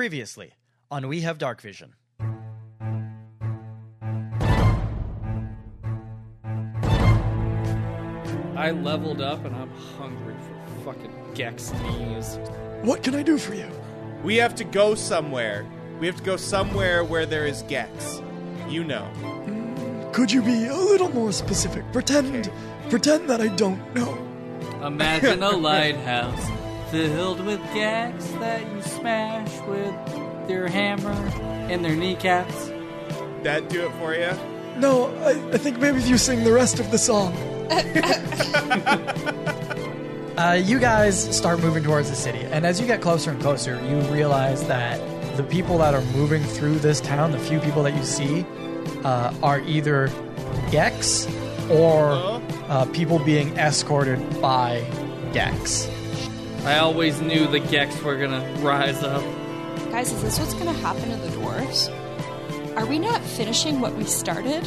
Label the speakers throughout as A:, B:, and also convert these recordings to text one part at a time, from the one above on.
A: Previously on We Have Dark Vision.
B: I leveled up and I'm hungry for fucking Gex knees.
C: What can I do for you?
D: We have to go somewhere. We have to go somewhere where there is Gex. You know.
C: Could you be a little more specific? Pretend, pretend that I don't know.
E: Imagine a lighthouse filled with gags that you smash with your hammer and their kneecaps.
D: That do it for you?
C: No, I, I think maybe if you sing the rest of the song.
A: Uh, you guys start moving towards the city, and as you get closer and closer, you realize that the people that are moving through this town, the few people that you see, uh, are either Gex or uh, people being escorted by Gex.
B: I always knew the Gex were gonna rise up.
F: Guys, is this what's gonna happen to the dwarves? Are we not finishing what we started?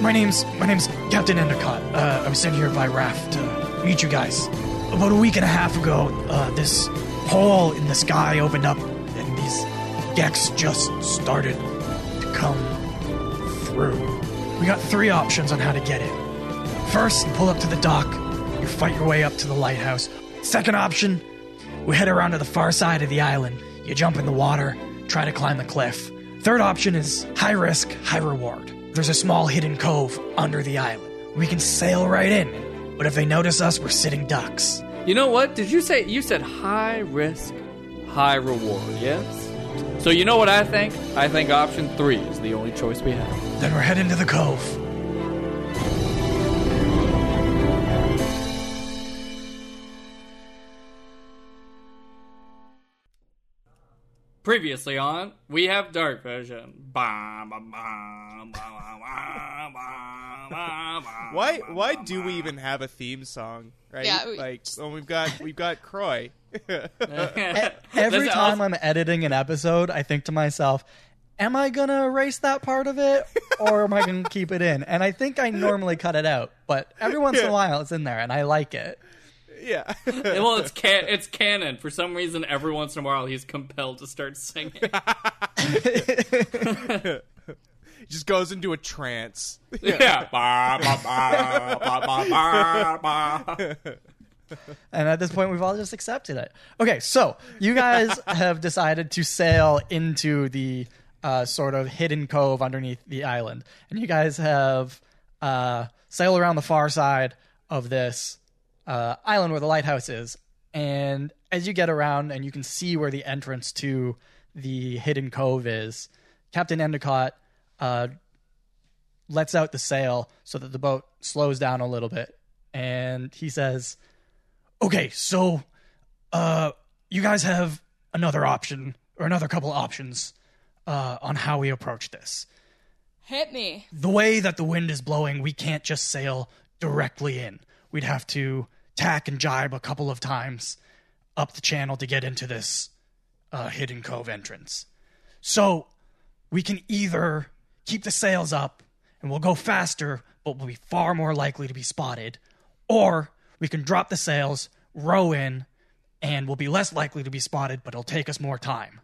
A: My name's my name's Captain Endicott. Uh, I was sent here by Raft to meet you guys. About a week and a half ago, uh, this hole in the sky opened up, and these Gex just started to come through. We got three options on how to get in. First, you pull up to the dock. You fight your way up to the lighthouse. Second option, we head around to the far side of the island. You jump in the water, try to climb the cliff. Third option is high risk, high reward. There's a small hidden cove under the island. We can sail right in, but if they notice us, we're sitting ducks.
B: You know what? Did you say you said high risk, high reward? Yes. So you know what I think? I think option three is the only choice we have.
A: Then we're heading to the cove.
B: Previously on, we have dark vision. Bah, bah, bah, bah, bah, bah, bah, bah.
D: Why why do we even have a theme song? Right?
F: Yeah, we-
D: like when we've got we've got Croy.
A: Every
B: That's
A: time
B: awesome.
A: I'm editing an episode, I think to myself, am I going to erase that part of it or am I going to keep it in? And I think I normally cut it out, but every once in a while it's in there and I like it.
D: yeah.
B: well, it's can- it's canon. For some reason, every once in a while, he's compelled to start singing.
D: Just goes into a trance.
B: yeah. Bah, bah, bah, bah, bah, bah, bah.
A: And at this point, we've all just accepted it. Okay, so you guys have decided to sail into the uh, sort of hidden cove underneath the island. And you guys have uh, sailed around the far side of this uh, island where the lighthouse is. And as you get around and you can see where the entrance to the hidden cove is, Captain Endicott uh, lets out the sail so that the boat slows down a little bit. And he says, okay so uh you guys have another option or another couple options uh on how we approach this
F: Hit me.
A: the way that the wind is blowing we can't just sail directly in we'd have to tack and jibe a couple of times up the channel to get into this uh hidden cove entrance so we can either keep the sails up and we'll go faster, but we'll be far more likely to be spotted, or we can drop the sails, row in, and we'll be less likely to be spotted, but it'll take us more time.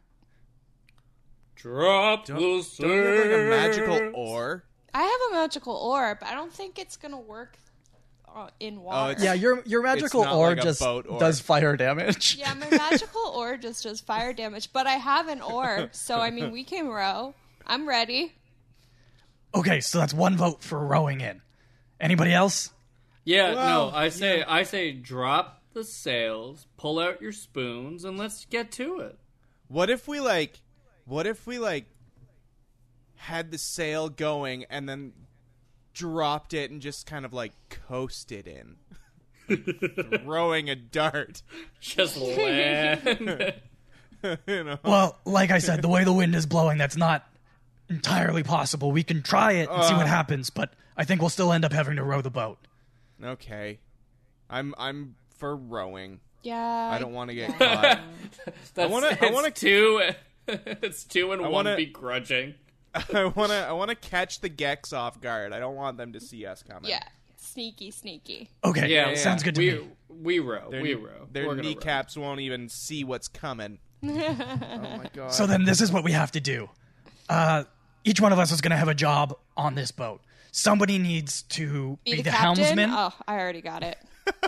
B: Drop the
D: Do we have like a magical oar?
F: I have a magical orb. I don't think it's gonna work uh, in water.
D: Oh, it's-
A: Yeah, your your magical
D: not
A: oar
D: like a
A: just
D: boat oar.
A: does fire damage.
F: Yeah, my magical orb just does fire damage, but I have an orb, so I mean, we can row. I'm ready.
A: Okay, so that's one vote for rowing in. Anybody else?
B: Yeah,
D: Well,
B: no, I say I say drop the sails, pull out your spoons, and let's get to it.
D: What if we like what if we like had the sail going and then dropped it and just kind of like coasted in? Like, throwing a dart.
B: Just land.
D: you know.
A: Well, like I said, the way the wind is blowing, that's not entirely possible. We can try it and see
B: Uh.
A: what happens, but I think we'll still end up having to row the boat.
D: Okay. I'm I'm for rowing.
F: Yeah.
D: I don't want to get caught.
B: That's,
D: wanna- I
B: it's
D: wanna-
B: two. It's two and one
D: wanna-
B: begrudging.
D: I want to I want to catch the Gex off guard. I don't want them to see us coming.
F: Yeah. Sneaky, sneaky.
A: Okay,
B: Yeah, yeah,
A: sounds good to
B: we,
A: me.
B: We row.
D: Their,
B: we row.
D: Their
B: We're gonna row.
D: kneecaps won't even see what's coming. Oh my god.
A: So then this is what we have to do. Uh, each one of us is going to have a job on this boat. Somebody needs to be,
F: Be the,
A: the
F: captain?
A: helmsman.
F: Oh, I already got it.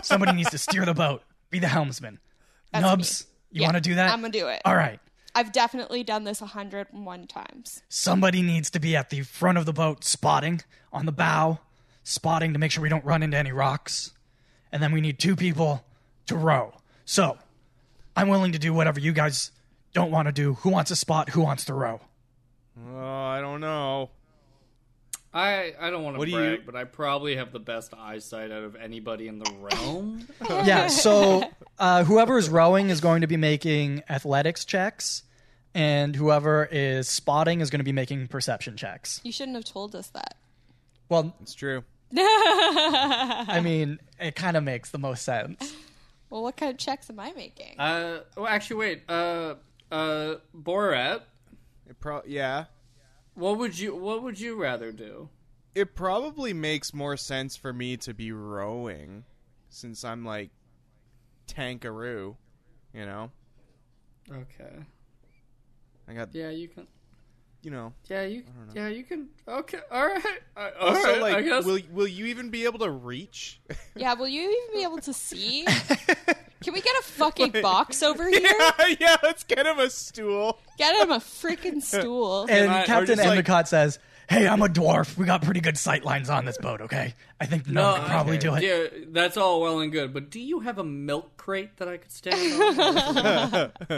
A: Somebody needs to steer the boat. Be the helmsman.
F: That's
A: Nubs,
F: me.
A: you
F: Yeah,
A: want to do that?
F: I'm gonna do it.
A: All right.
F: I've definitely done this 101 times.
A: Somebody needs to be at the front of the boat spotting on the bow, spotting to make sure we don't run into any rocks. And then we need two people to row. So I'm willing to do whatever you guys don't want to do. Who wants to spot? Who wants to row?
D: Oh, I don't know.
B: I, I don't want to
D: What do
B: brag,
D: you-
B: but I probably have the best eyesight out of anybody in the realm.
A: Yeah, so uh, whoever is rowing is going to be making athletics checks, and whoever is spotting is going to be making perception checks.
F: You shouldn't have told us that.
A: Well,
D: It's true.
A: I mean, it kind of makes the most sense.
F: Well, what kind of checks am I making?
B: uh, well, actually, wait. Uh, uh, Borat,
D: It pro- yeah.
B: what would you what would you rather do?
D: It probably makes more sense for me to be rowing since I'm like tankaroo, you know.
B: Okay.
D: I got
B: Yeah, you can.
D: you know.
B: Yeah, you. Yeah, you can. Okay. All right. I- All
D: Also
B: right, I
D: like
B: guess.
D: will will you even be able to reach?
F: yeah, will you even be able to see? Can we get a fucking box over here?
D: yeah, let's get him a stool.
F: Get him a freaking stool.
A: And
D: I- or
A: Captain
D: just like-
A: Endicott says, Hey, I'm a dwarf. We got pretty good sight lines on this boat, okay? I think no,
B: No,
A: could probably do it.
B: Uh, Yeah, that's all well and good, but do you have a milk crate that I could stand on?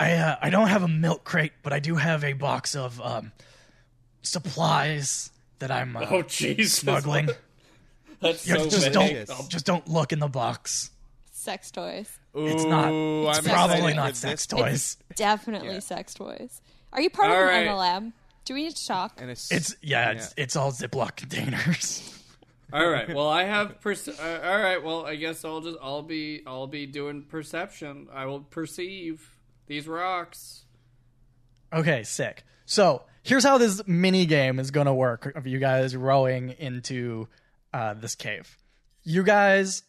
A: I, uh, I don't have a milk crate, but I do have a box of um, supplies that I'm uh,
B: oh, Jesus.
A: smuggling.
B: That's
A: Yeah,
B: so
A: just
B: vague.
A: don't just don't look in the box.
F: Sex toys.
A: It's not.
D: Ooh,
A: It's
D: I'm
A: probably
D: excited
A: not
D: for
A: sex
D: this.
A: toys.
F: Definitely sex toys. Are you part
B: All
F: of
B: right.
F: an MLM? Do we need to talk?
D: And it's,
A: It's yeah, it's it's all Ziploc containers.
B: All right. Well, I have perce- uh, All right. Well, I guess I'll just I'll be I'll be doing perception. I will perceive these rocks.
A: Okay, sick. So here's how this mini game is gonna work of you guys rowing into uh, this cave. You guys,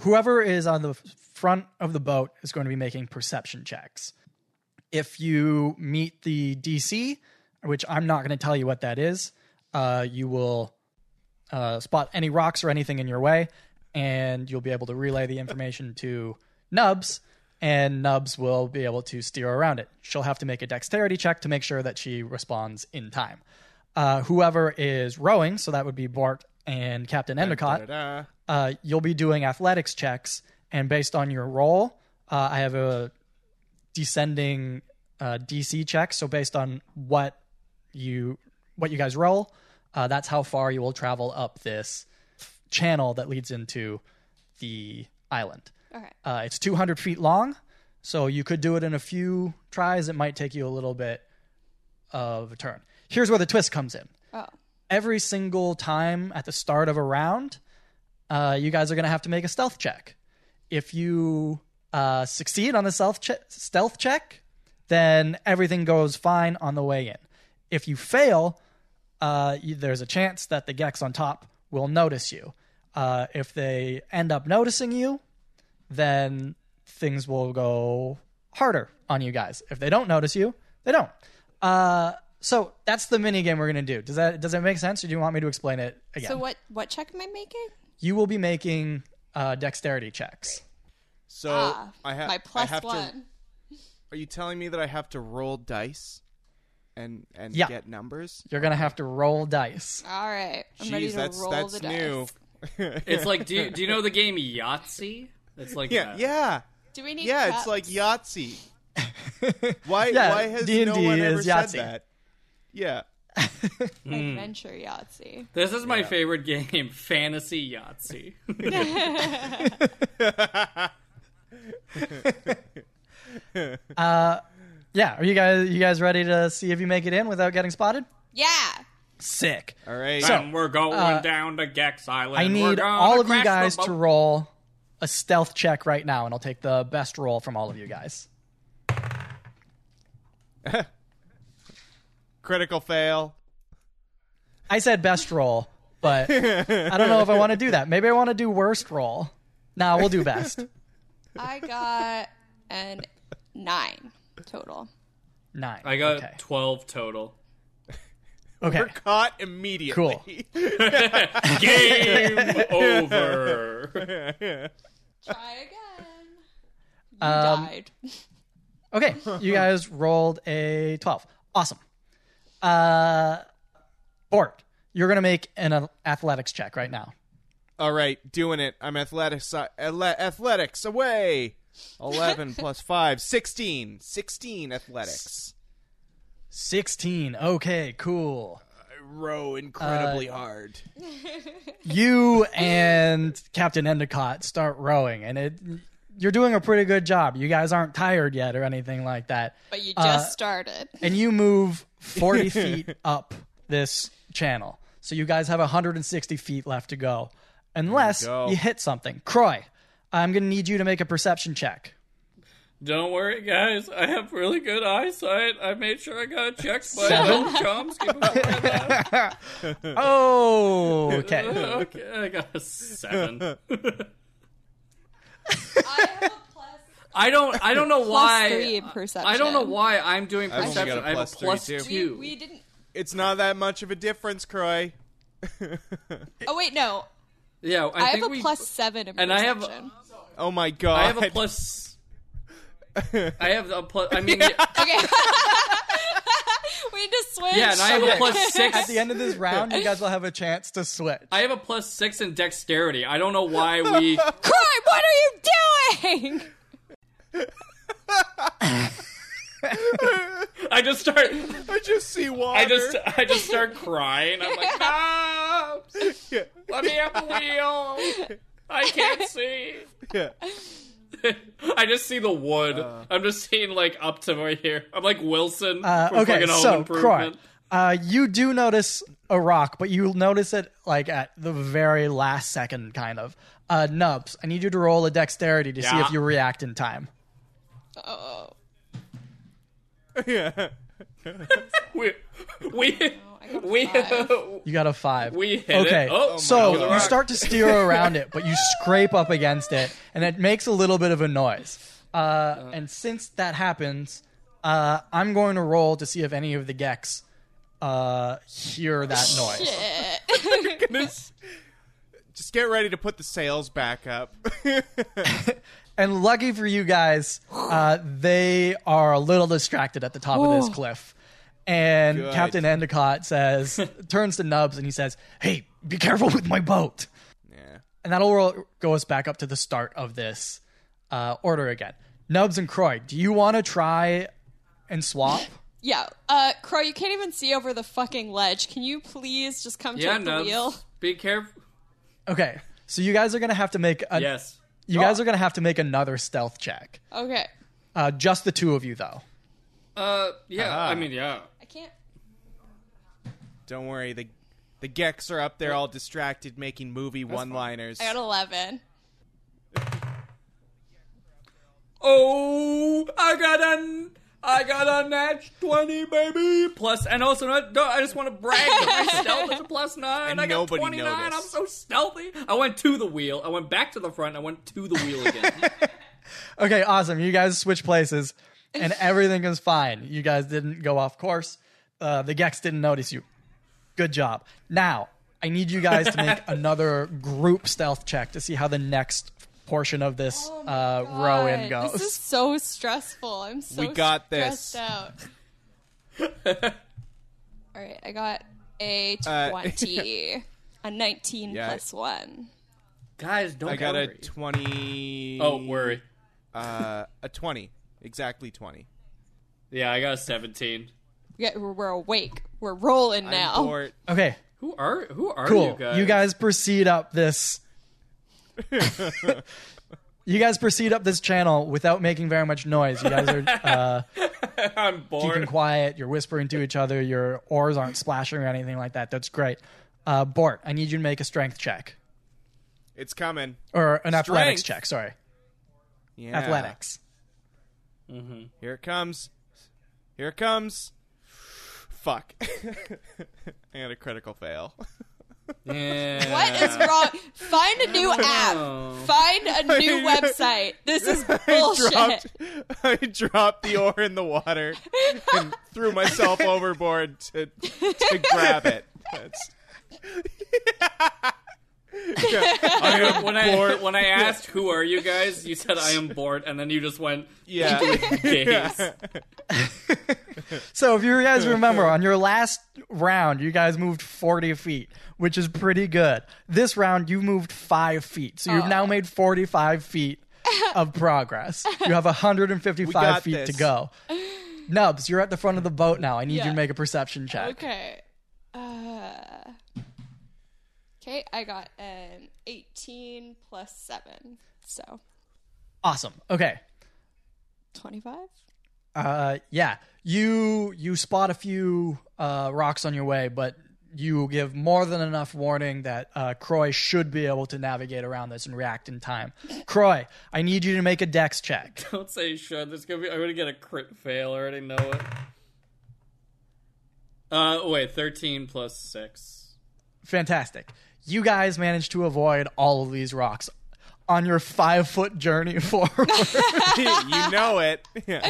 A: whoever is on the f- front of the boat is going to be making perception checks. If you meet the DC, which I'm not going to tell you what that is, uh, you will uh, spot any rocks or anything in your way, and you'll be able to relay the information to Nubs, and Nubs will be able to steer around it. She'll have to make a dexterity check to make sure that she responds in time. Uh, whoever is rowing, so that would be Bort and Captain Endicott,
D: Da-da-da.
A: uh, you'll be doing athletics checks, and based on your role, uh, I have a descending uh, DC check. So based on what you what you guys roll, uh, that's how far you will travel up this channel that leads into the island.
F: Okay.
A: Uh, it's 200 feet long, so you could do it in a few tries. It might take you a little bit of a turn. Here's where the twist comes in
F: Oh.
A: every single time at the start of a round, uh, you guys are going to have to make a stealth check. If you uh, succeed on the stealth, che- stealth check, then everything goes fine on the way in. If you fail, uh, you, there's a chance that the Gex on top will notice you. Uh, if they end up noticing you, then things will go harder on you guys. If they don't notice you, they don't. Uh, so that's the mini game we're gonna do. Does that does it make sense, or do you want me to explain it again?
F: So what what check am I making?
A: you will be making uh, dexterity checks.
D: So
F: Ah,
D: I ha-
F: my plus
D: I have to-
F: one.
D: are you telling me that I have to roll dice and and
A: Yeah.
D: get numbers?
A: You're gonna have to roll dice.
F: All right. I'm ready
D: Jeez,
F: to
D: that's
F: roll
D: that's
F: the
D: new.
F: dice.
B: It's like do you, do you know the game Yahtzee? It's like
D: Yeah,
B: that.
D: yeah,
F: Do we need
D: yeah. It's
F: cups?
D: like Yahtzee. Why?
A: Yeah,
D: why has no
A: D&D
D: one ever
A: is Yahtzee.
D: said that? Yeah,
B: Hmm.
F: adventure Yahtzee.
B: This is my favorite game, Fantasy Yahtzee.
A: Yeah, are you guys you guys ready to see if you make it in without getting spotted?
F: Yeah.
A: Sick.
D: all right.
A: So-
B: and we're going down to Gex Island.
A: Uh, I
B: We're
A: need
B: gonna
A: all of
B: crash
A: you
B: the
A: guys
B: boat.
A: to roll a stealth check right now, and I'll take the best roll from all of you guys.
D: critical fail.
A: I said best roll, but I don't know if I want to do that. Maybe I want to do worst roll. Nah, we'll do best.
F: I got an nine. total.
A: Nine.
B: I got
A: okay.
B: 12 total.
A: okay.
D: We're caught immediately.
B: Game over.
F: Try again. You
A: Um,
F: died.
A: Okay, you guys rolled a 12. Awesome. Uh, Bort, you're going to make an uh, athletics check right now.
D: All right, doing it. I'm athletics. uh, athle- athletics away. 11 plus 5, 16. 16 athletics.
A: 16. Okay, cool.
D: Row incredibly
B: Uh,
D: hard.
A: You and Captain Endicott start rowing, and it you're doing a pretty good job. You guys aren't tired yet or anything like that.
F: But you just started.
A: and you move 40 feet up this channel. So you guys have 160 feet left to go. Unless
D: go.
A: you hit something. Croy, I'm going to need you to make a perception check.
B: Don't worry, guys. I have really good eyesight. I made sure I got checked by
A: Seven?
B: Noam Chomsky. before I left.
A: Oh, okay.
B: okay, I got a seven.
F: I have a plus.
B: I don't. I don't know why.
F: three perception.
B: I don't know why I'm doing
D: I've only got a
B: perception. I have a
D: plus three,
B: plus
D: too.
F: We,
B: two.
F: we didn't.
D: It's not that much of a difference, Croy.
F: Oh wait, no.
B: yeah, I,
F: I,
B: think
F: have a
B: we,
F: plus seven in
B: and I have-
F: perception.
D: Oh my god.
B: I have a plus. I have a plus. I mean, yeah,
F: Okay. we need to switch.
B: yeah, and I have a plus six.
A: At the end of this round, you guys will have a chance to switch.
B: I have a plus six in dexterity. I don't know why we.
F: Cry, what are you doing?
B: I just start.
D: I just see water.
B: I just. I just start crying. I'm like, ah,
D: Yeah,
B: let me have the wheel. I can't see.
D: yeah.
B: I just see the wood.
D: Uh.
B: I'm just seeing like up to right here. I'm like Wilson
A: Uh,
B: from
A: okay,
B: fucking Home
A: so Croy,
B: Improvement.
A: uh, you do notice a rock, but you notice it like at the very last second, kind of. Uh, Nubs, I need you to roll a dexterity to see
B: Yeah.
A: if you react in time.
F: Oh,
D: yeah.
B: We we
F: I got a
B: we
F: five.
A: You got a five.
B: we hit
A: Okay,
B: it. Oh,
D: God.
A: so
D: It
A: you
D: was a
A: start to steer around it, but you scrape up against it, and it makes a little bit of a noise. Uh, and since that happens, uh, I'm going to roll to see if any of the Gex uh, hear that noise.
D: Just get ready to put the sails back up.
A: And lucky for you guys, uh, they are a little distracted at the top of this cliff. And
D: Good.
A: Captain Endicott says, turns to Nubs and he says, "Hey, be careful with my boat."
D: yeah.
A: And that'll roll- go us back up to the start of this uh, order again. Nubs and Croy, do you want to try and swap?
F: Yeah, uh, Crow, you can't even see over the fucking ledge. Can you please just come
B: yeah,
F: check the wheel?
B: no. Be careful.
A: Okay, so you guys are gonna have to make a,
B: Yes.
A: you guys
D: Oh,
A: are gonna have to make another stealth check.
F: Okay,
A: Uh, just the two of you though.
B: Uh, yeah.
D: Ah.
B: I mean, yeah.
F: I can't.
D: Don't worry. The the Geks are up there all distracted making movie one-liners.
F: I got eleven.
B: Oh, I got a, I got a natch twenty, baby. Plus, and also, no, no, I just want to brag that my stealth is a plus nine.
D: And
B: I got
D: nobody
B: twenty nine. I'm
D: noticed.
B: so stealthy. I went to the wheel. I went back to the front. I went to the wheel again.
A: Okay, awesome. You guys switch places and everything is fine. You guys didn't go off course. Uh, the Gex didn't notice you. Good job. Now, I need you guys to make another group stealth check to see how the next portion of this uh, row in
F: God,
A: goes.
F: This is so stressful. I'm so
D: We got this.
F: stressed out. All right, I got a
D: Uh,
F: twenty, a nineteen
D: Yeah, I-
F: plus one.
B: Guys, don't
D: I got a
B: worry.
D: 20
B: oh, worry.
D: uh a 20. Exactly 20.
B: Yeah, I got a seventeen.
F: We got, we're awake. We're rolling now.
D: I'm bored.
A: okay,
B: Who are who are
A: cool.
B: you guys?
A: proceed up this. you guys proceed up this channel without making very much noise. You guys are uh,
B: I'm
A: keeping
B: bored.
A: quiet. You're whispering to each other. Your oars aren't splashing or anything like that. That's great. Uh, Bort, I need you to make a strength check
D: It's coming.
A: or an athletics
D: Strength?
A: check. Sorry,
D: Yeah.
A: athletics.
D: Here it comes. Here it comes. Fuck. I got a critical fail.
B: Yeah.
F: What is wrong? Find a new app. Find a new website. This is bullshit.
D: dropped, I dropped the oar in the water and threw myself overboard to to grab it. That's,
B: I, when I when I asked who are you guys, you said I am bored, and then you just went
D: yeah.
B: gays.
A: So if you guys remember, on your last round, you guys moved 40 feet, which is pretty good. This round, you moved five feet. So you've now made 45 feet of progress. You have 155
D: got
A: feet to
D: this.
A: go. Nubs, you're at the front of the boat now. I need you
F: Yeah.
A: to make a perception check.
F: Okay. Uh, okay, I got an 18 plus 7. So,
A: Awesome. Okay.
F: 25?
A: Uh, yeah. You you spot a few uh, rocks on your way, but you give more than enough warning that uh, Croy should be able to navigate around this and react in time. Croy, I need you to make a dex check.
B: Don't say should. There's gonna be. I'm gonna get a crit fail. I already know it. Uh, wait, thirteen plus six.
A: Fantastic. You guys managed to avoid all of these rocks on your five foot journey forward.
D: you know it. Yeah.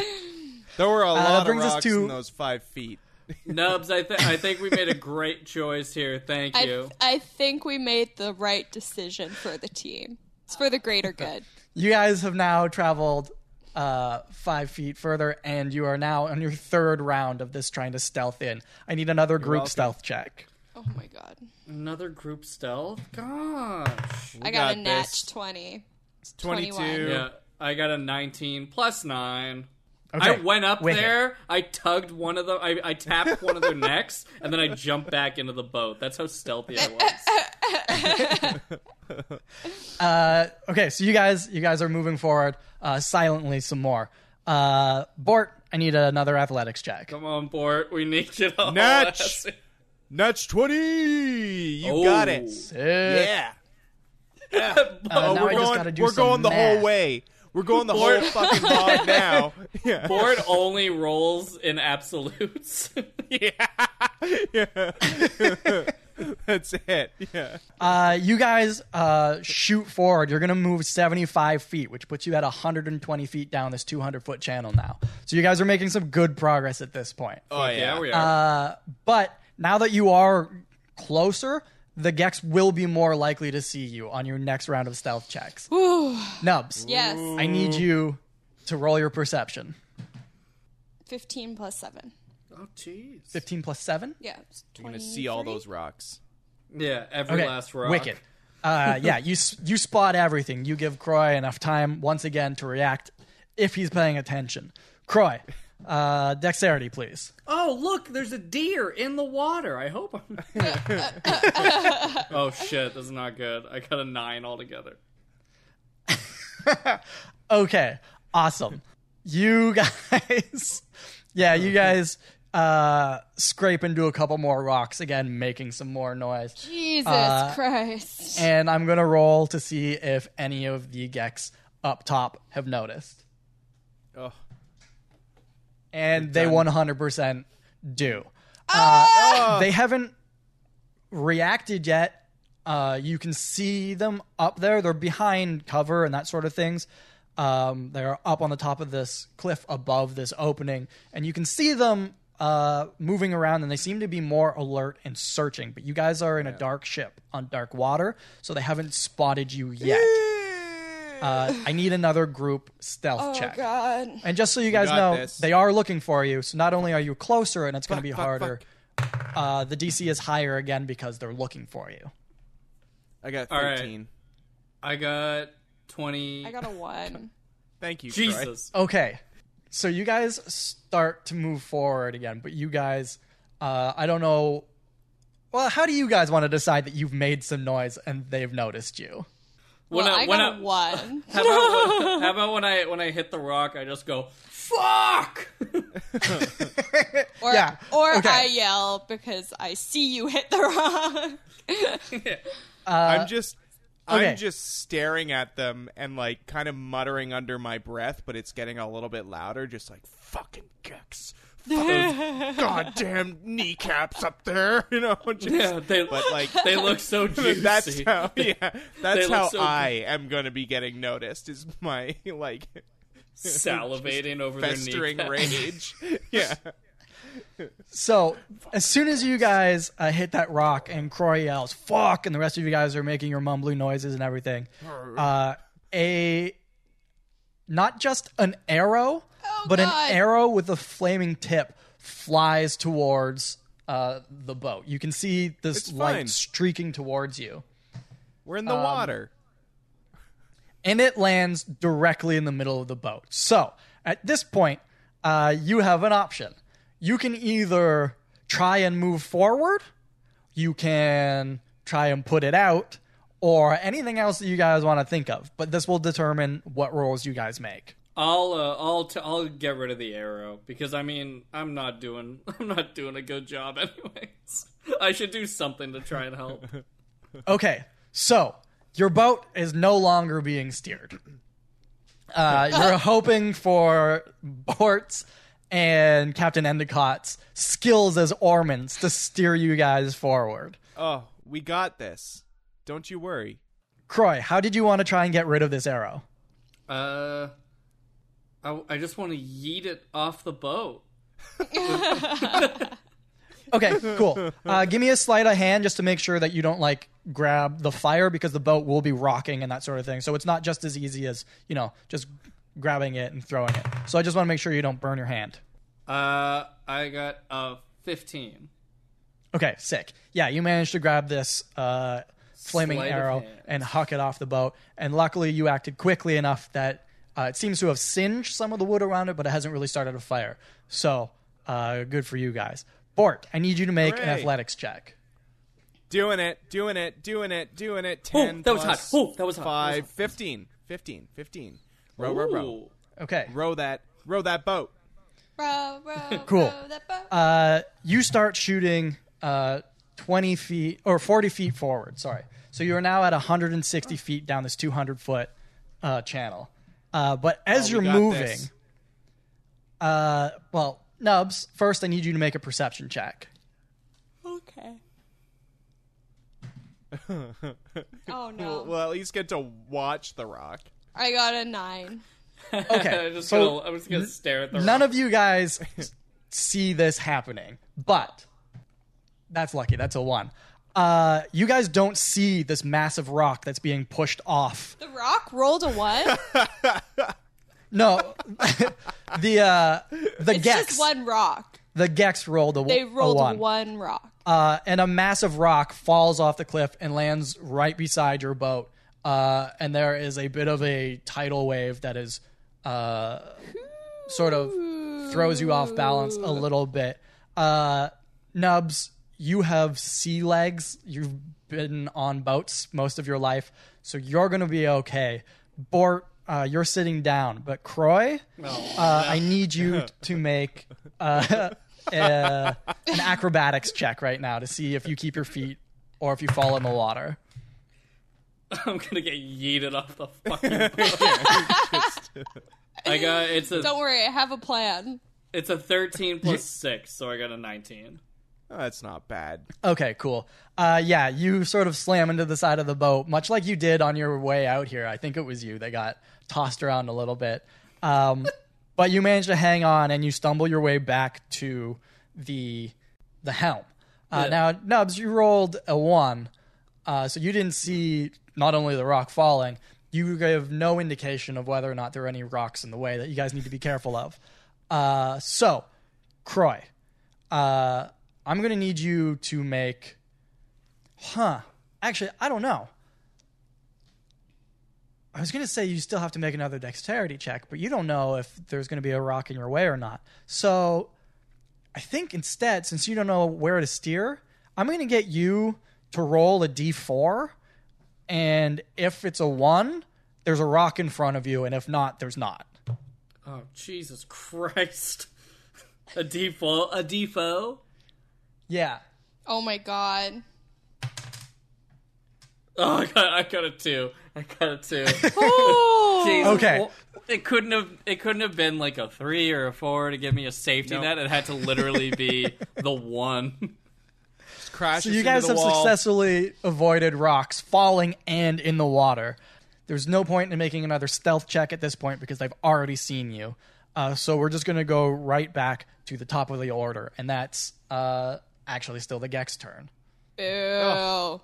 D: There were a lot of
A: Uh, brings us
D: rocks
A: to-
D: in those five feet.
B: Nubs, I th- I think we made a great choice here. Thank
F: I,
B: you.
F: th- I think we made the right decision for the team. It's for the greater good.
A: you guys have now traveled uh, five feet further, and you are now on your third round of this trying to stealth in. I need another group stealth check.
F: Oh my god.
B: Another group stealth. Gosh.
F: I
D: got
F: got, a nat
D: this.
F: 20.
D: 22.
F: 21.
B: Yeah, I got a nineteen plus nine.
A: Okay.
B: I went up
A: With it.
B: there. I tugged one of them. I, I tapped one of their necks, and then I jumped back into the boat. That's how stealthy I was.
A: okay, so you guys you guys are moving forward uh, silently some more. Uh, Bort, I need another athletics check.
B: Come on, Bort. We need you to
D: Natch. Notch 20. You
B: Oh.
D: got it. Yeah.
A: Uh, now
D: we're
A: I just gotta
D: going,
A: do
D: we're
A: some
D: going the
A: math.
D: whole way. We're going the whole
B: Or-
D: fucking bog now. Yeah.
B: Bort only rolls in absolutes.
D: That's it. Yeah.
A: Uh, you guys uh, shoot forward. You're gonna move 75 feet, which puts you at 120 feet down this 200 foot channel now. So you guys are making some good progress at this point.
D: Oh,
B: yeah, we
F: Uh,
B: are.
A: But now that you are closer, the Gex will be more likely to see you on your next round of stealth checks.
F: Ooh.
A: Nubs,
F: Yes.
A: I need you to roll your perception.
F: 15 plus 7.
B: oh, jeez.
A: 15 plus seven.
F: Yeah. it's
D: You're going to see all
F: 23?
D: those rocks.
B: Yeah, every last rock.
A: Wicked. Uh, yeah, you s- you spot everything. You give Croy enough time once again to react if he's paying attention. Croy, uh, dexterity, please.
B: Oh, look, there's a deer in the water. I hope I'm. oh, shit. That's not good. I got a nine altogether.
A: Okay, awesome. You guys, yeah, you guys uh, scrape into a couple more rocks again, making some more noise.
F: Jesus
A: Uh,
F: Christ.
A: And I'm gonna roll to see if any of the Gex up top have noticed,
D: Oh.
A: and they 100% do.
D: Oh.
A: Uh, they haven't reacted yet. Uh, you can see them up there. They're behind cover and that sort of things. Um, they're up on the top of this cliff above this opening, and you can see them uh, moving around. And they seem to be more alert and searching. But you guys are in a dark ship on dark water, so they haven't spotted you yet. Uh, I need another group stealth
F: oh
A: check.
F: god.
A: And just so you guys
D: got
A: know,
D: this.
A: they are looking for you. So not only are you closer, and it's going to be
D: fuck,
A: harder. Uh, the DC is higher again because they're looking for you.
D: I got
B: All right.
D: 13.
B: I got 20.
F: I got a 1.
D: Thank you, Troy.
B: Jesus.
A: Okay, so you guys start to move forward again, but you guys, uh, I don't know. Well, Uh, how do you guys want to decide that you've made some noise and they've noticed you?
B: When
F: Well, I
B: when
F: got a 1.
B: How about, when, how about when I when I hit the rock, I just go fuck.
F: Or,
A: Yeah,
F: or
A: okay.
F: I yell because I see you hit the rock.
D: I'm just
A: okay.
D: I'm just staring at them and like kind of muttering under my breath, but it's getting a little bit louder, just like fucking gex. Fucking goddamn kneecaps up there, you know. Just,
G: Yeah, they,
D: But like
G: they look so juicy.
D: that's how yeah,
G: they
D: that's
G: look
D: how
G: so-
D: I am going to be getting noticed is my like
G: salivating over their
D: festering
G: kneecaps.
D: rage. Yeah.
A: So as soon as you guys uh, hit that rock and Croy yells "fuck" and the rest of you guys are making your mumbling noises and everything, uh, a not just an arrow, but
F: Oh God.
A: an arrow with a flaming tip flies towards uh, the boat. You can see this
D: It's
A: light
D: fine.
A: streaking towards you,
D: We're in the water.
A: and it lands directly in the middle of the boat. So at this point, uh, you have an option. You can either try and move forward. you can try and put it out or anything else that you guys want to think of. But this will determine what rolls you guys make.
G: I'll uh, I'll t- I'll get rid of the arrow because I mean I'm not doing I'm not doing a good job anyways. I should do something to try and help.
A: Okay, so your boat is no longer being steered. Uh, you're hoping for Bort's and Captain Endicott's skills as Ormans to steer you guys forward.
D: Oh, we got this. Don't you worry.
A: Croy, how did you want to try and get rid of this arrow?
G: Uh, I, I just want to yeet it off the boat.
A: Okay, cool. Uh, give me a sleight of hand just to make sure that you don't like grab the fire because the boat will be rocking and that sort of thing. So it's not just as easy as you know just grabbing it and throwing it. So I just want to make sure you don't burn your hand.
G: Uh, I got a fifteen.
A: Okay, sick. Yeah, you managed to grab this uh, flaming
G: Sleight of
A: arrow
G: hand.
A: and huck it off the boat. And luckily, you acted quickly enough that uh, it seems to have singed some of the wood around it, but it hasn't really started a fire. So uh, good for you guys. Bort, I need you to make an
D: Hooray.
A: athletics check.
D: Doing it, doing it, doing it, doing it. 10
G: that was hot.
D: plus
G: Ooh, that was hot. That was
D: Five,
G: hot.
D: 15, 15, 15. Row, row, row.
G: Ooh.
A: Okay.
D: Row that, row that boat.
F: Row, row,
A: Cool.
F: row that boat.
A: uh, you start shooting uh, 20 feet or 40 feet forward. Sorry. So you are now at 160 feet down this 200 foot uh, channel. Uh, but as
D: Oh, we
A: you're
D: got
A: moving,
D: this.
A: uh, well, Nubs, first I need you to make a perception check.
F: okay. oh no.
D: Well, at least get to watch the rock.
F: I got a nine.
G: I
A: Okay.
G: just
A: so
G: gonna, I'm just gonna stare at the
A: none of you guys see this happening, but that's lucky. That's a one. Uh, you guys don't see this massive rock that's being pushed off
F: The rock rolled a one?
A: No, the uh, the
F: It's
A: gex
F: just one rock.
A: the gex rolled a w-
F: They rolled
A: a one,
F: one rock.
A: Uh, and a massive rock falls off the cliff and lands right beside your boat. Uh, and there is a bit of a tidal wave that is uh, sort of throws you off balance a little bit. Uh, Nubs, you have sea legs. You've been on boats most of your life, so you're gonna be okay. Bort, uh, you're sitting down, but Croy, uh, I need you to make uh, uh, an acrobatics check right now to see if you keep your feet or if you fall in the water.
G: I'm gonna get yeeted off the fucking boat. I got it's a
F: Don't worry, I have a plan.
G: it's a 13 plus six, so I got a 19.
D: Oh, that's not bad.
A: Okay, cool. Uh, yeah, you sort of slam into the side of the boat, much like you did on your way out here. I think it was you that got tossed around a little bit. Um, but you manage to hang on and you stumble your way back to the the helm. Uh, Now, Nubs, you rolled a one, uh, so you didn't see not only the rock falling, you gave no indication of whether or not there are any rocks in the way that you guys need to be careful of. Uh, so, Croy, uh, I'm going to need you to make. Huh. Actually, I don't know. I was going to say you still have to make another dexterity check, but you don't know if there's going to be a rock in your way or not. So I think instead, since you don't know where to steer, I'm going to get you to roll a d4. And if it's a one, there's a rock in front of you. And if not, there's not.
G: Oh Jesus Christ! A default, a defo.
A: Yeah.
F: Oh my god.
G: Oh, I got, I got a two.
B: I got a two.
F: Ooh.
B: Jeez.
C: Okay.
B: Well, It couldn't have it couldn't have been like a three or a four to give me a safety net. It had to literally be the one.
D: Just crashes
C: So you
D: into
C: guys
D: the
C: have
D: wall.
C: successfully avoided rocks falling and in the water. There's no point in making another stealth check at this point because they've already seen you. Uh, so we're just going to go right back to the top of the order, and that's uh, actually still the Gex turn.
F: Boo.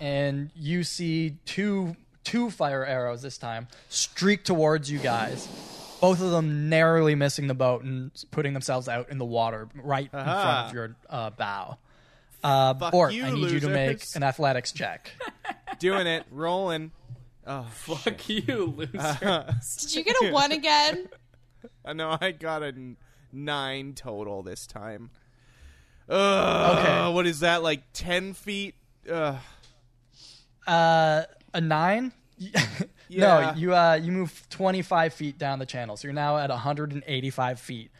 C: And you see two two fire arrows this time streak towards you guys. Both of them narrowly missing the boat and putting themselves out in the water right in front of your uh, bow. Uh, Bork,
D: you,
C: I need you to make
D: losers.
C: an athletics check.
D: Doing it, rolling.
B: Fuck you, loser.
A: Uh,
F: Did you get a one again?
D: I know I got a n- nine total this time. Ugh,
C: Okay.
D: What is that? Like ten feet? Ugh.
C: Uh, a nine?
D: Yeah.
C: No, you uh, you move 25 feet down the channel, so you're now at 185 feet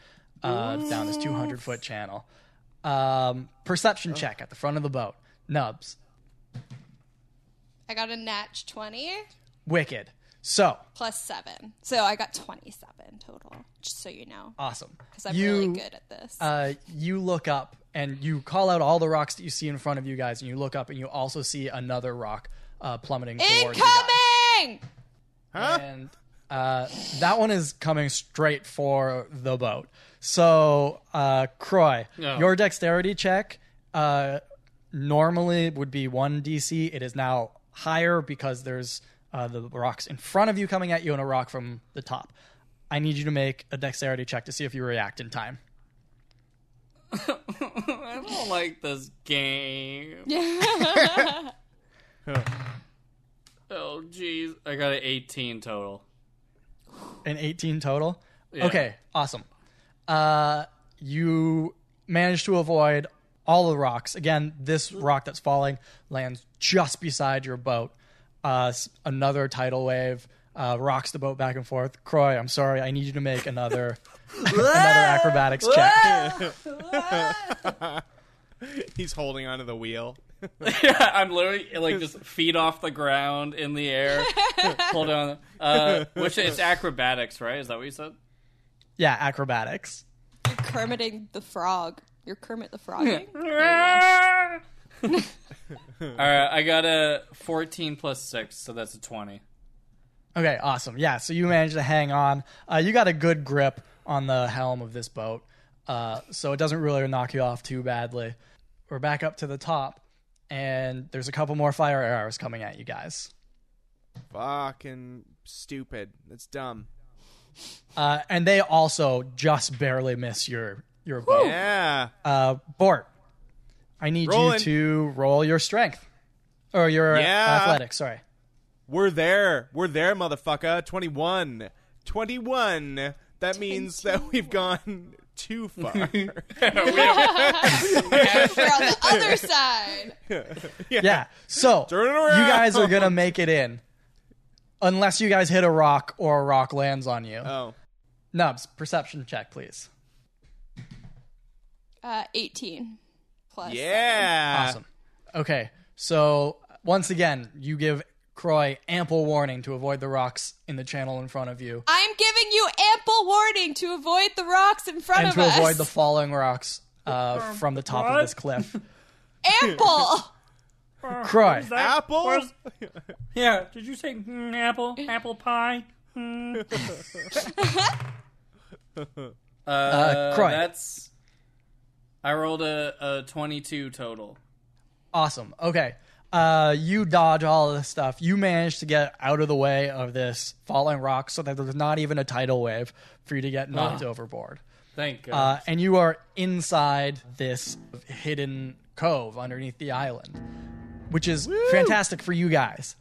C: uh, down this 200 foot channel. Um, perception check at the front of the boat. Nubs,
F: I got a natch 20
C: wicked. So
F: plus 7. So I got 27 total, just so you know.
C: awesome.
F: Because I'm
C: You-
F: really good at this.
C: uh, you look up and you call out all the rocks that you see in front of you guys, and you look up and you also see another rock uh, plummeting towards you guys.
F: Incoming!
C: and uh, that one is coming straight for the boat. So, uh, Croy, your dexterity check uh, normally would be one DC. It is now higher because there's uh, the rocks in front of you coming at you and a rock from the top. I need you to make a dexterity check to see if you react in time.
B: I don't like this game. oh jeez, I got an 18 total.
C: An 18 total.
B: Yeah.
C: Okay, awesome. Uh, you manage to avoid all the rocks. Again, this rock that's falling lands just beside your boat. Uh, s- another tidal wave uh, rocks the boat back and forth. Croy, I'm sorry, I need you to make another another acrobatics check.
D: He's holding onto the wheel.
B: Yeah, I'm literally like just feet off the ground in the air. Hold on. Uh, which it's acrobatics, right? Is that what you said?
C: Yeah, acrobatics.
F: You're Kermiting the frog. You're Kermit the frogging.
B: All right, I got a 14 plus six, so that's a 20.
C: Okay, awesome. Yeah, so you managed to hang on. Uh, you got a good grip on the helm of this boat, uh, so it doesn't really knock you off too badly. We're back up to the top, and there's a couple more fire arrows coming at you guys.
D: Fucking stupid. That's dumb.
C: Uh, and they also just barely miss your your boat.
D: Yeah.
C: Uh, Bort, I need
D: Rolling.
C: you to roll your strength or your
D: Yeah.
C: athletics. Sorry.
D: We're there. We're there, motherfucker. 21. 21. That means that we've gone too far.
F: You're on the other side.
C: Yeah. So
D: Turn it
C: you guys are
D: around.
C: gonna make it in, unless you guys hit a rock or a rock lands on you.
D: oh.
C: Nubs, perception check, please.
F: Uh, 18 plus.
D: Yeah.
C: Awesome. Okay, so once again, you give Croy ample warning to avoid the rocks in the channel in front of you
F: I'm giving you ample warning to avoid the rocks in front
C: and
F: of
C: to
F: us.
C: avoid the falling rocks uh, from the top of this cliff.
F: ample.
C: Croy,
D: Apple?
B: Yeah, did you say mm, apple? Apple pie? Hmm." uh,
C: Croy.
B: That's. I rolled a, a 22 total.
C: awesome. Okay. Uh, you dodge all of this stuff. You manage to get out of the way of this falling rock so that there's not even a tidal wave for you to get knocked overboard.
B: Thank God.
C: uh, and you are inside this hidden cove underneath the island, which is fantastic for you guys.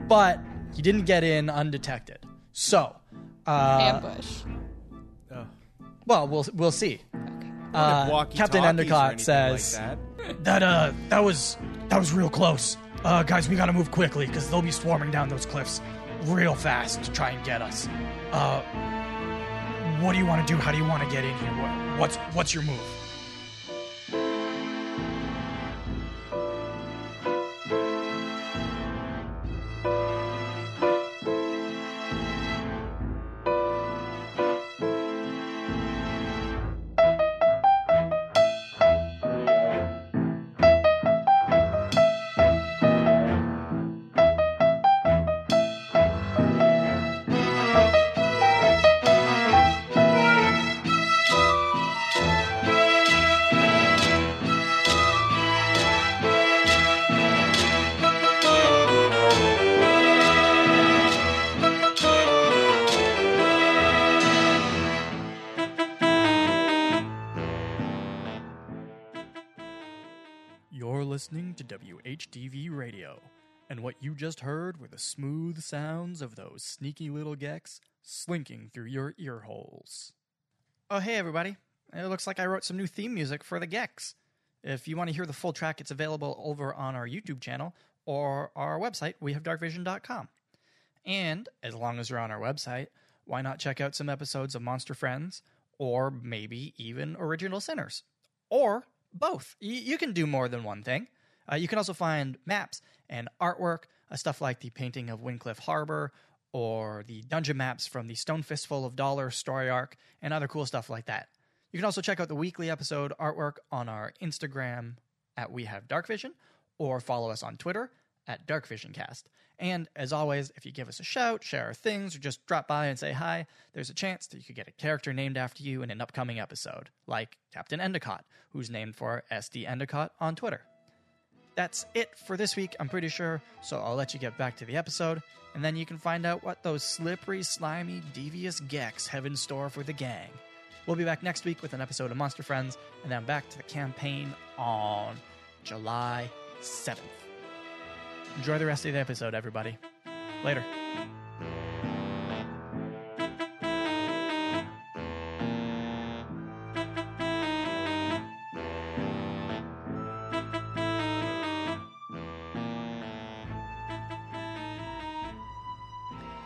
C: But you didn't get in undetected, so Uh,
F: Ambush.
C: well, we'll we'll see. Uh,
D: Walkie-talkies
C: Captain
D: or
C: Endicott
D: anything
C: says
D: Like that.
C: that uh that was that was real close. Uh, guys, we gotta move quickly because they'll be swarming down those cliffs real fast to try and get us. Uh, what do you want to do? How do you want to get in here? What, what's what's your move?
A: You're listening to WHDV Radio, and what you just heard were the smooth sounds of those sneaky little gecks slinking through your ear holes. Oh, hey, everybody. It looks like I wrote some new theme music for the Gex. If you want to hear the full track, it's available over on our YouTube channel or our website, wehavedarkvision.com. And as long as you're on our website, why not check out some episodes of Monster Friends or maybe even Original Sinners or both? Y- you can do more than one thing. Uh, you can also find maps and artwork, uh, stuff like the painting of Wincliffe Harbor or the dungeon maps from the Stone Fistful of Dollars story arc and other cool stuff like that. You can also check out the weekly episode artwork on our Instagram at We Have Dark Vision or follow us on Twitter at Dark Vision Cast. And as always, if you give us a shout, share our things, or just drop by and say hi, there's a chance that you could get a character named after you in an upcoming episode, like Captain Endicott, who's named for SD Endicott on Twitter. That's it for this week, I'm pretty sure, so I'll let you get back to the episode, and then you can find out what those slippery, slimy, devious gecks have in store for the gang. We'll be back next week with an episode of Monster Friends, and then back to the campaign on July 7th. Enjoy the rest of the episode, everybody. Later.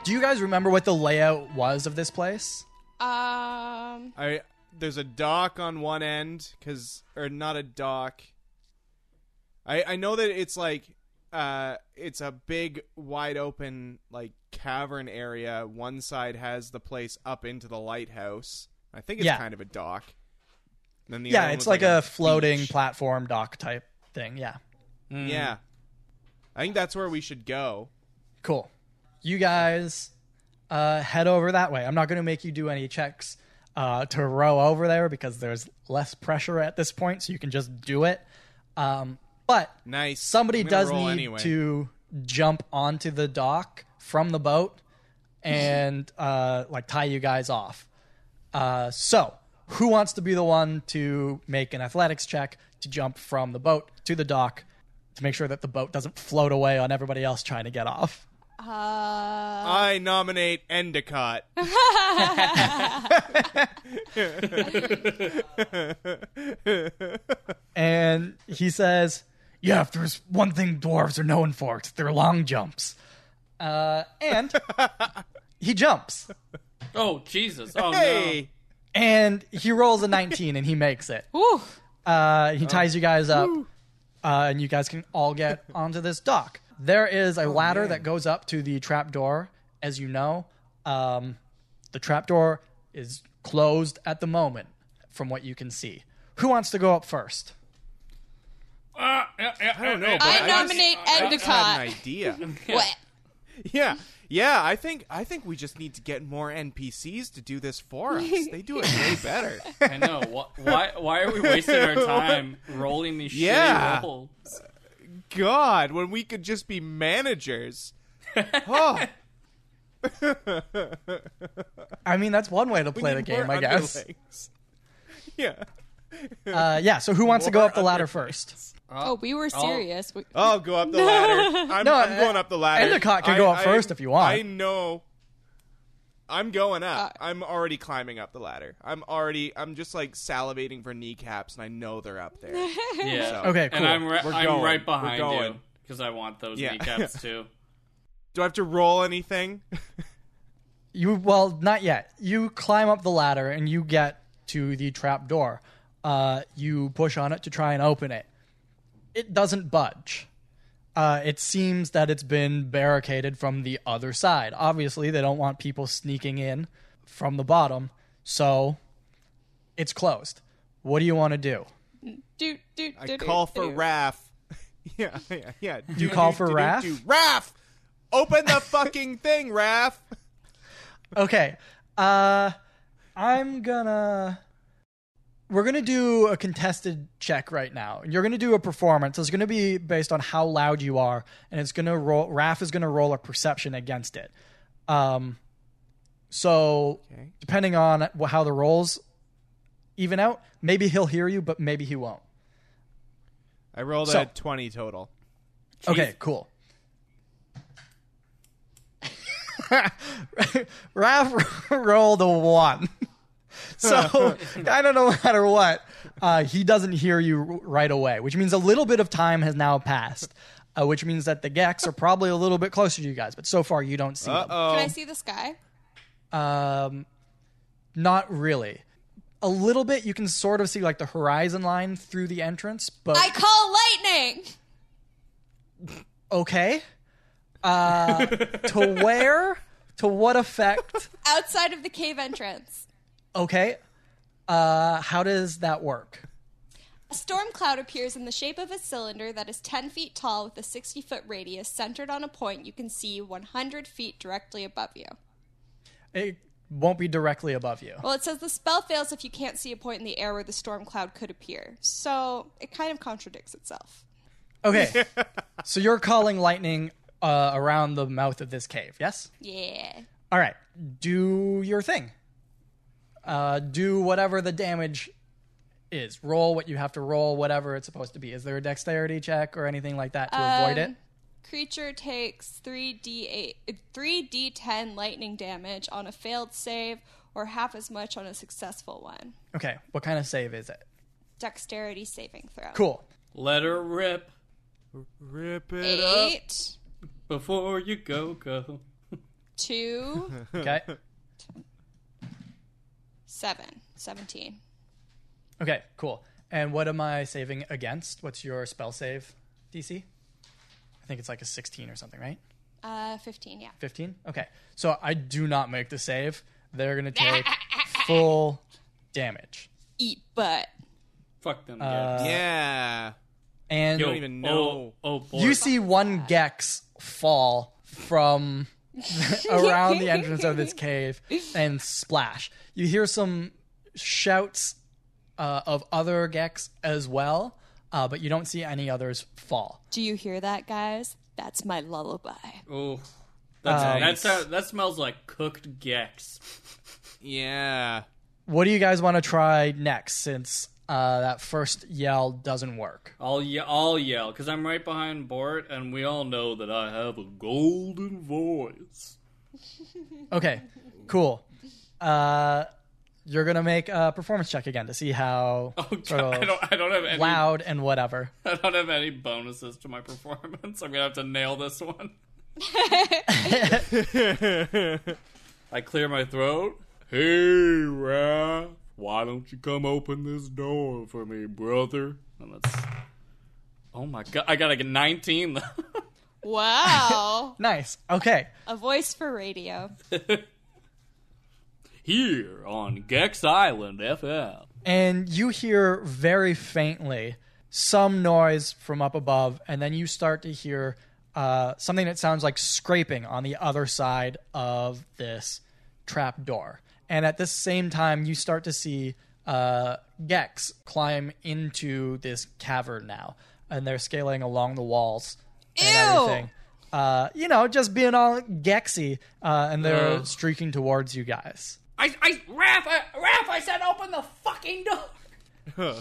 A: Do you guys remember what the layout was of this place?
F: Um,
D: I there's a dock on one end cuz or not a dock. I I know that it's like uh it's a big wide open like cavern area. One side has the place up into the lighthouse. I think it's
A: Yeah.
D: kind of a dock. And then the other
A: Yeah,
D: one
A: it's
D: was
A: like, a, floating
D: beach.
A: platform dock type thing. Yeah.
D: Yeah. I think that's where we should go.
A: Cool. You guys uh, head over that way. I'm not going to make you do any checks uh, to row over there because there's less pressure at this point, so you can just do it. Um, but
D: Nice.
A: somebody
D: I'm gonna
A: does
D: roll
A: need
D: anyway.
A: to jump onto the dock from the boat and uh, like tie you guys off. Uh, so, who wants to be the one to make an athletics check to jump from the boat to the dock to make sure that the boat doesn't float away on everybody else trying to get off?
F: uh,
D: I nominate Endicott.
A: And he says, "Yeah, if there's one thing dwarves are known for, it's their long jumps." Uh, and he jumps.
B: Oh Jesus! Oh
D: hey.
A: and he rolls a 19 and he makes it.
F: whew.
A: Uh, he ties you guys up, uh, and you guys can all get onto this dock. There is a ladder that goes up to the trap door, as you know. Um, the trap door is closed at the moment, from what you can see. Who wants to go up first?
B: Uh, I don't know.
D: but
F: I
D: I
F: nominate
D: I had an
F: Endicott.
D: idea.
F: What?
D: Yeah, yeah. I think I think we just need to get more NPCs to do this for us. They do it way better.
B: I know. Wh- Why? Why are we wasting our time rolling these
D: Yeah.
B: shitty rolls?
D: God, when we could just be managers. Oh,
A: I mean, that's one way to
D: we
A: play the
D: need
A: game,
D: more
A: I guess.
D: underlings. Yeah.
A: Uh, yeah, so who wants to go
D: More
A: up the ladder first?
F: Oh, we were serious. We-
D: Oh, go up the ladder. I'm,
A: No,
D: I'm going up the ladder.
A: Endicott can go up first if you want.
D: I know. I'm going up. I'm already climbing up the ladder. I'm already. I'm just like salivating for kneecaps, and I know they're up there.
B: Yeah.
D: So-
A: Okay, cool.
B: And I'm, ri-
D: We're
B: I'm
D: going.
B: right
D: We're
B: behind you
D: going.
B: because I want those
D: Yeah.
B: kneecaps too.
D: Do I have to roll anything?
A: You well, not yet. You climb up the ladder and you get to the trap door. Uh, you push on it to try and open it. It doesn't budge. Uh, it seems that it's been barricaded from the other side. Obviously, they don't want people sneaking in from the bottom, so it's closed. What do you want to do?
F: do, do, do,
D: I
F: do,
D: call for
F: do.
D: Raph. Yeah, yeah, yeah. Do,
A: You call for Raph?
D: Raph, open the fucking thing, Raph.
A: Okay. Uh I'm gonna we're gonna do a contested check right now. You're gonna do a performance. It's gonna be based on how loud you are, and it's gonna roll Raph is gonna roll a perception against it. Um so
D: Okay.
A: depending on wh- how the rolls even out, maybe he'll hear you, but maybe he won't.
D: I rolled
A: So-
D: a 20 total.
A: Okay, cool. Raph rolled a one. So I don't know, no matter what, uh, he doesn't hear you r- right away, which means a little bit of time has now passed, uh, which means that the Geks are probably a little bit closer to you guys, but so far you don't
D: Uh.
A: see them.
F: Can I
D: Uh-oh.
F: see this guy?
A: Um, not really. A little bit, you can sort of see like the horizon line through the entrance,
C: Uh,
A: but
F: I call lightning.
A: okay. Uh, to where? To what effect?
F: outside of the cave entrance.
A: Okay. Uh, how does that work?
F: A storm cloud appears in the shape of a cylinder that is 10 feet tall with a 60 foot radius centered on a point you can see 100 feet directly above you.
A: It won't be directly above you.
F: Well, it says the spell fails if you can't see a point in the air where the storm cloud could appear. So it kind of contradicts itself.
A: Okay. so you're calling lightning uh, around the mouth of this cave, yes?
F: Yeah.
A: All right. Do your thing. Uh, do whatever the damage is. Roll what you have to roll, whatever it's supposed to be. Is there a dexterity check or anything like that to avoid it?
F: Um, Creature takes 3d8 uh, 3d10 lightning damage on a failed save or half as much on a successful one.
A: Okay. What kind of save is it?
F: Dexterity saving throw.
A: Cool.
B: Let her rip
D: Rip it up.
F: 8
B: before you go go.
F: 2
A: Okay.
F: Seven. Seventeen.
A: okay, cool. And what am I saving against? What's your spell save DC? I think it's like a 16 or something, right?
F: Uh, fifteen, yeah.
A: 15? Okay. So I do not make the save. They're going to take full damage.
F: Eat butt.
B: Fuck them.
A: Uh,
D: yeah.
A: And
D: don't even know.
B: Oh, oh boy.
A: you see one Gex fall from around the entrance of this cave and splash. You hear some shouts uh, of other Gex as well, uh, but you don't see any others fall.
F: Do you hear that, guys? That's my lullaby.
B: Oh, that's,
A: Um,
B: that's how, that smells like cooked gex.
D: Yeah.
A: What do you guys want to try next since uh, that first yell doesn't work?
B: I'll ye- I'll yell because I'm right behind Bort, and we all know that I have a golden voice.
A: Okay, cool. Uh, you're going to make a performance check again to see how
B: Oh, God,
A: sort of
B: I don't I don't have any
A: loud and whatever.
B: I don't have any bonuses to my performance. I'm gonna have to nail this one. I clear my throat. Hey, Raph, why don't you come open this door for me, brother? And that's. Oh my god, I got like a 19.
F: Wow.
A: Nice. Okay.
F: A voice for radio.
B: Here on Gex Island FM.
A: and you hear very faintly some noise from up above, and then you start to hear uh, something that sounds like scraping on the other side of this trap door. And at the same time, you start to see uh, Gex climb into this cavern now, and they're scaling along the walls and
F: Ew.
A: everything. Uh, you know, just being all gexy, uh, and they're
B: Ugh.
A: streaking towards you guys.
B: I, I, Raph, I, Raph, I said open the fucking door.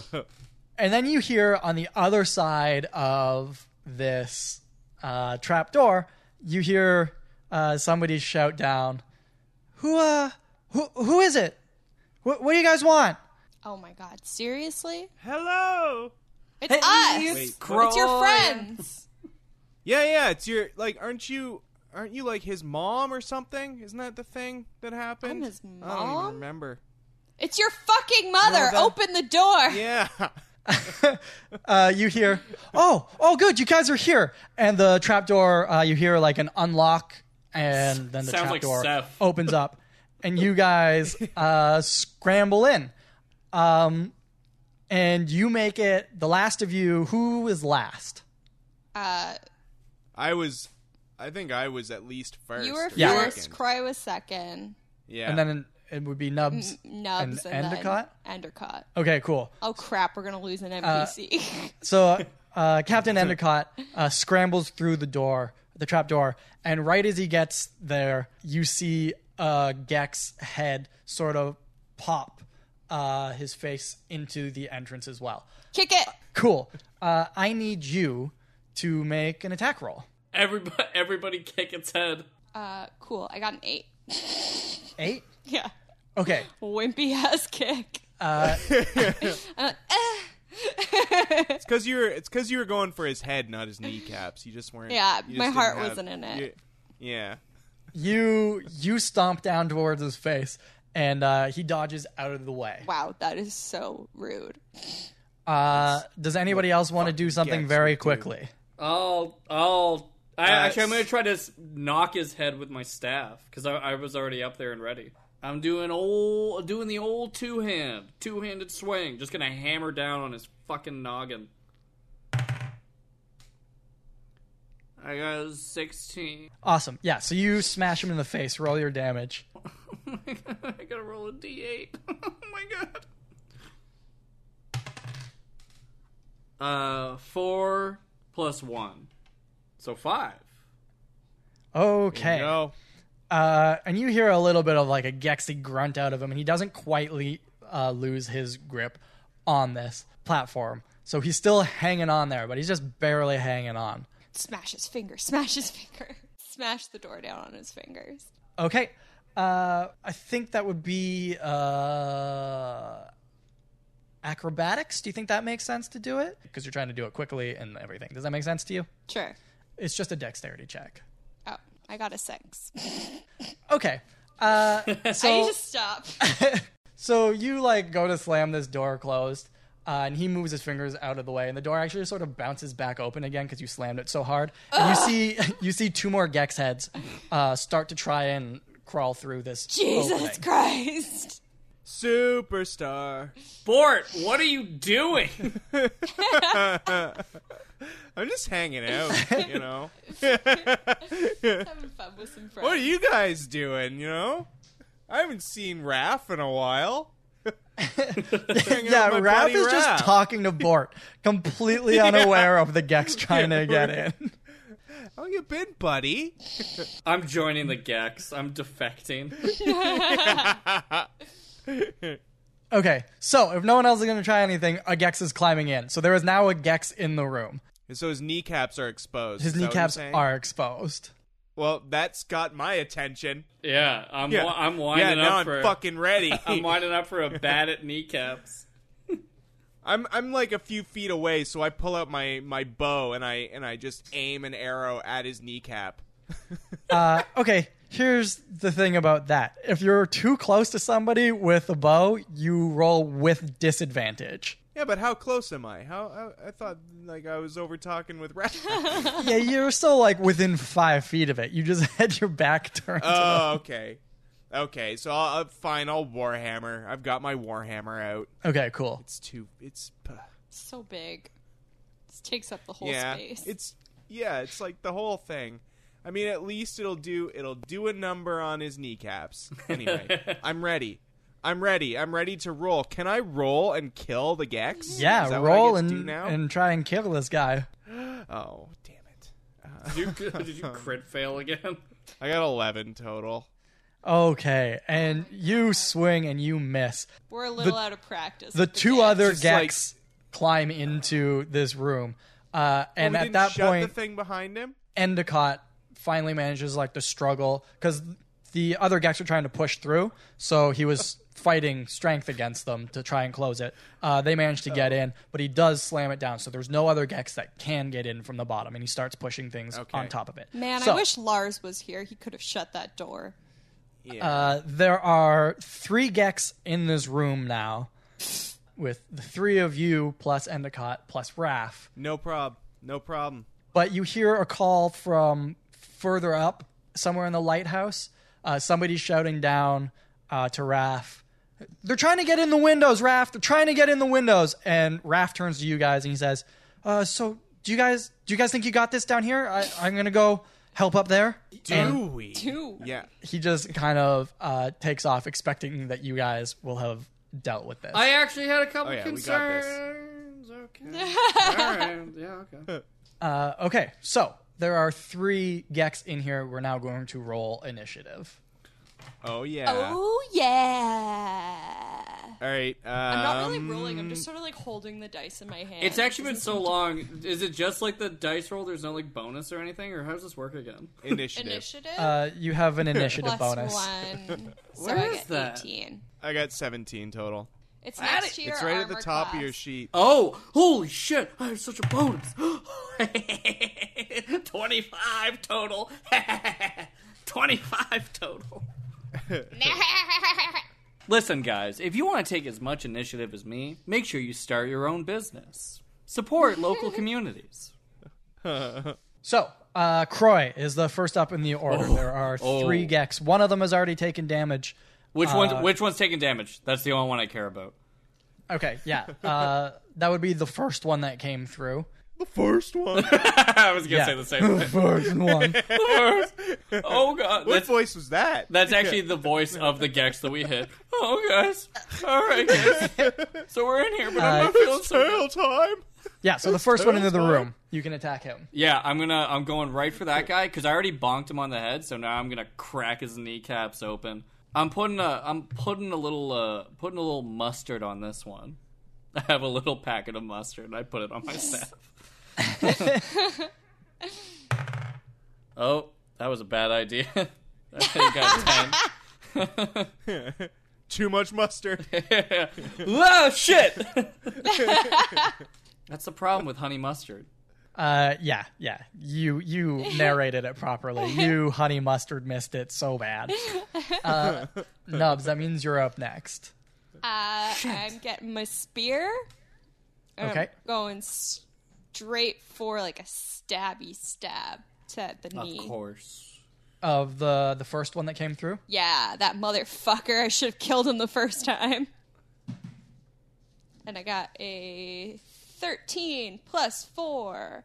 A: And then you hear on the other side of this uh, trap door, you hear uh, somebody shout down, "Who? Uh, who? Who is it? What, what do you guys want?"
F: Oh my god. Seriously?
D: Hello.
F: It's us.
D: Wait,
F: It's your friends.
D: Yeah, yeah. It's your like. Aren't you? Aren't you like his mom or something? Isn't that the thing that happened?
F: I'm his
D: I don't
F: mom?
D: even remember.
F: It's your fucking mother.
D: No, that-
F: Open the door.
D: Yeah.
A: Uh, you hear, "Oh, oh, good, you guys are here!" And the trap door, uh, you hear like an unlock, and then the
B: Sounds
A: trap
B: like
A: door
B: Seth.
A: opens up, and you guys uh, scramble in. Um, and you make it the last of you. Who is last?
F: Uh,
D: I was. I think I was at least first.
F: you were
D: or
A: Yeah.
F: first.
D: second.
F: Croy was second.
D: Yeah.
A: and then it would be
F: Mm.
A: Nubs.
F: Nubs
A: And
F: and,
A: Endicott?
F: Then Endicott.
A: Okay, cool.
F: Oh crap, we're gonna lose an NPC.
A: So uh, Captain Endicott uh, scrambles through the door, the trap door, and right as he gets there, you see uh, Gex's head sort of pop uh, his face into the entrance as well.
F: Kick it.
A: Cool. Uh, I need you to make an attack roll.
B: Everybody, everybody kick its head.
F: Uh, cool. I got an eight.
A: Eight.
F: Yeah.
A: Okay.
F: Wimpy ass kick.
D: It's because you were it's because you were going for his head, not his kneecaps. You just weren't.
F: Yeah,
D: you just
F: my
D: didn't
F: heart
D: have-
F: wasn't in it.
D: you- yeah.
A: You you stomp down towards his face, and uh, he dodges out of the way.
F: Wow, that is so rude.
A: Uh, does anybody else want to do something
D: Gex
A: very
D: would do.
A: quickly?
B: I'll, I'll. I,
D: Uh,
B: actually, I'm gonna try to s- knock his head with my staff because I, I was already up there and ready. I'm doing old, doing the old two hand, two handed swing. Just gonna hammer down on his fucking noggin. I got a sixteen.
A: Awesome. Yeah. So you smash him in the face. Roll your damage.
B: Oh my god, I gotta roll a d8. Oh my god. Uh, four plus one, so five.
A: Okay.
D: No.
A: Uh, and you hear a little bit of like a Gexy grunt out of him, and he doesn't quite le- uh, lose his grip on this platform. So he's still hanging on there, but he's just barely hanging on.
F: Smash his finger. Smash his finger. Smash the door down on his fingers.
A: Okay. Uh, I think that would be uh, acrobatics. Do you think that makes sense to do it? Because you're trying to do it quickly and everything. Does that make sense to you?
F: Sure.
A: It's just a dexterity check.
F: Oh, I got a six.
A: Okay. Uh,
F: I
A: so
F: need to stop.
A: so you like go to slam this door closed, uh, and he moves his fingers out of the way, and the door actually sort of bounces back open again because you slammed it so hard. And you see you see two more Gex heads uh, start to try and crawl through this.
F: Jesus
A: opening.
F: Christ.
D: Superstar.
B: Bort, what are you doing?
D: I'm just hanging out. you know.
F: Having fun with some friends.
D: What are you guys doing? You know. I haven't seen Raph in a while.
A: Yeah,
D: my
A: Raph
D: buddy
A: is
D: Raph.
A: just talking to Bort, completely unaware of the Gex trying to get in.
D: How you been, buddy?
B: I'm joining the Gex. I'm defecting.
A: Okay, so if no one else is going to try anything, a Gex is climbing in. So there is now a Gex in the room.
D: So his kneecaps are exposed.
A: His
D: is that what you're
A: kneecaps
D: saying?
A: are exposed.
D: Well, that's got my attention.
B: Yeah, I'm
D: Yeah,
B: wi- I'm winding
D: yeah. Now
B: up
D: I'm
B: for
D: fucking ready.
B: I'm winding up for a bat at kneecaps.
D: I'm I'm like a few feet away, so I pull out my my bow and I and I just aim an arrow at his kneecap.
A: Uh, okay, here's the thing about that. If you're too close to somebody with a bow, you roll with disadvantage.
D: Yeah, but how close am I? How I, I thought like I was over talking with Rat.
A: Yeah, you're still like within five feet of it. You just had your back turned. to them.
D: oh, okay, okay. So I'll, I'll fine. I'll warhammer. I've got my warhammer out.
A: okay, cool.
D: It's too. It's
F: It's so big. This takes up the whole
D: yeah.
F: space.
D: It's yeah. It's like the whole thing. I mean, at least it'll do. It'll do a number on his kneecaps. Anyway, I'm ready. I'm ready. I'm ready to roll. Can I roll and kill the Gex? Is
A: Yeah,
D: that what I
A: roll
D: get to do
A: and,
D: now?
A: and try and kill this guy.
D: Oh, damn it.
B: Did you, did you crit fail again?
D: I got 11 total.
A: Okay, and you swing and you miss.
F: We're a little out of practice.
A: The
F: with
A: two
F: Gex.
A: other
D: Just like-
A: Gex climb into this room, uh, and
D: Oh, we
A: at
D: didn't
A: that
D: shut
A: point,
D: the thing behind him?
A: Endicott finally manages like to struggle because the other Gex were trying to push through, so he was fighting strength against them to try and close it. Uh, they managed to get in, but he does slam it down. So there's no other Gex that can get in from the bottom, and he starts pushing things on top of it.
F: Man,
A: So-
F: I wish Lars was here. He could have shut that door.
A: Uh, there are three Gex in this room now, with the three of you plus Endicott plus Raph.
D: No prob. No problem.
A: But you hear a call from further up, somewhere in the lighthouse. Uh, somebody's shouting down uh, to Raph. They're trying to get in the windows, Raph. They're trying to get in the windows. And Raph turns to you guys and he says, uh, "So, do you guys do you guys think you got this down here? I, I'm gonna go help up there."
D: Do we?
F: Do we?
D: Yeah.
A: he just kind of uh, takes off, expecting that you guys will have dealt with this.
B: I actually had a couple
D: Oh, yeah, we got this.
B: concerns. Okay. All right. Yeah. Okay.
A: uh, okay, so there are three Gex in here. We're now going to roll initiative.
D: Oh, yeah.
F: Oh yeah.
D: All right. Um,
F: Oh. I'm not really rolling. I'm just sort of like holding the dice in my hand.
B: It's actually been so long. Is it just like the dice roll? There's no like bonus or anything, or how does this work again?
D: initiative.
F: initiative
A: Uh, you have an initiative
F: plus
A: bonus.
F: one. So
B: Where
F: I
B: is
F: get
B: that?
F: 18.
D: I got 17 total.
F: It's next to your
D: It's right at the
F: armor
D: top
F: class.
D: of your sheet.
B: Oh, holy shit! I have such a bonus. Twenty-five total. Twenty-five total. Listen, guys, if you want to take as much initiative as me, make sure you start your own business. Support local communities.
A: So, uh, Croy is the first up in the order. there are three Gex. One of them has already taken damage.
B: Which
A: Uh,
B: one's which one's taking damage? That's the only one I care about.
A: Okay, yeah. Uh, that would be the first one that came through.
D: The first one.
B: I was gonna
A: Yeah.
B: say the same thing.
A: First one.
B: Oh god,
D: what
B: that's,
D: voice was that?
B: that's actually the voice of the Gex that we hit. Oh guys, all right, guys. So we're in here, but I'm
A: Uh,
B: not feeling so good.
D: Tail time.
A: Yeah, so the first one into the room. You can attack him.
B: Yeah, I'm gonna I'm going right for that guy because I already bonked him on the head, so now I'm gonna crack his kneecaps open. I'm putting a I'm putting a little uh putting a little mustard on this one. I have a little packet of mustard. and I put it on my staff. oh, that was a bad idea. I think I got
D: Too much mustard.
B: ten. oh shit! That's the problem with honey mustard.
A: Uh, yeah, yeah. You you narrated it properly. You honey mustard missed it so bad. Uh, Nubs, that means you're up next.
F: Uh, I'm getting my spear. and I'm
A: Okay.
F: going straight for like a stabby stab to the knee.
B: Of course.
A: Of the the first one that came through.
F: Yeah, that motherfucker. I should have killed him the first time. And I got a 13 plus 4.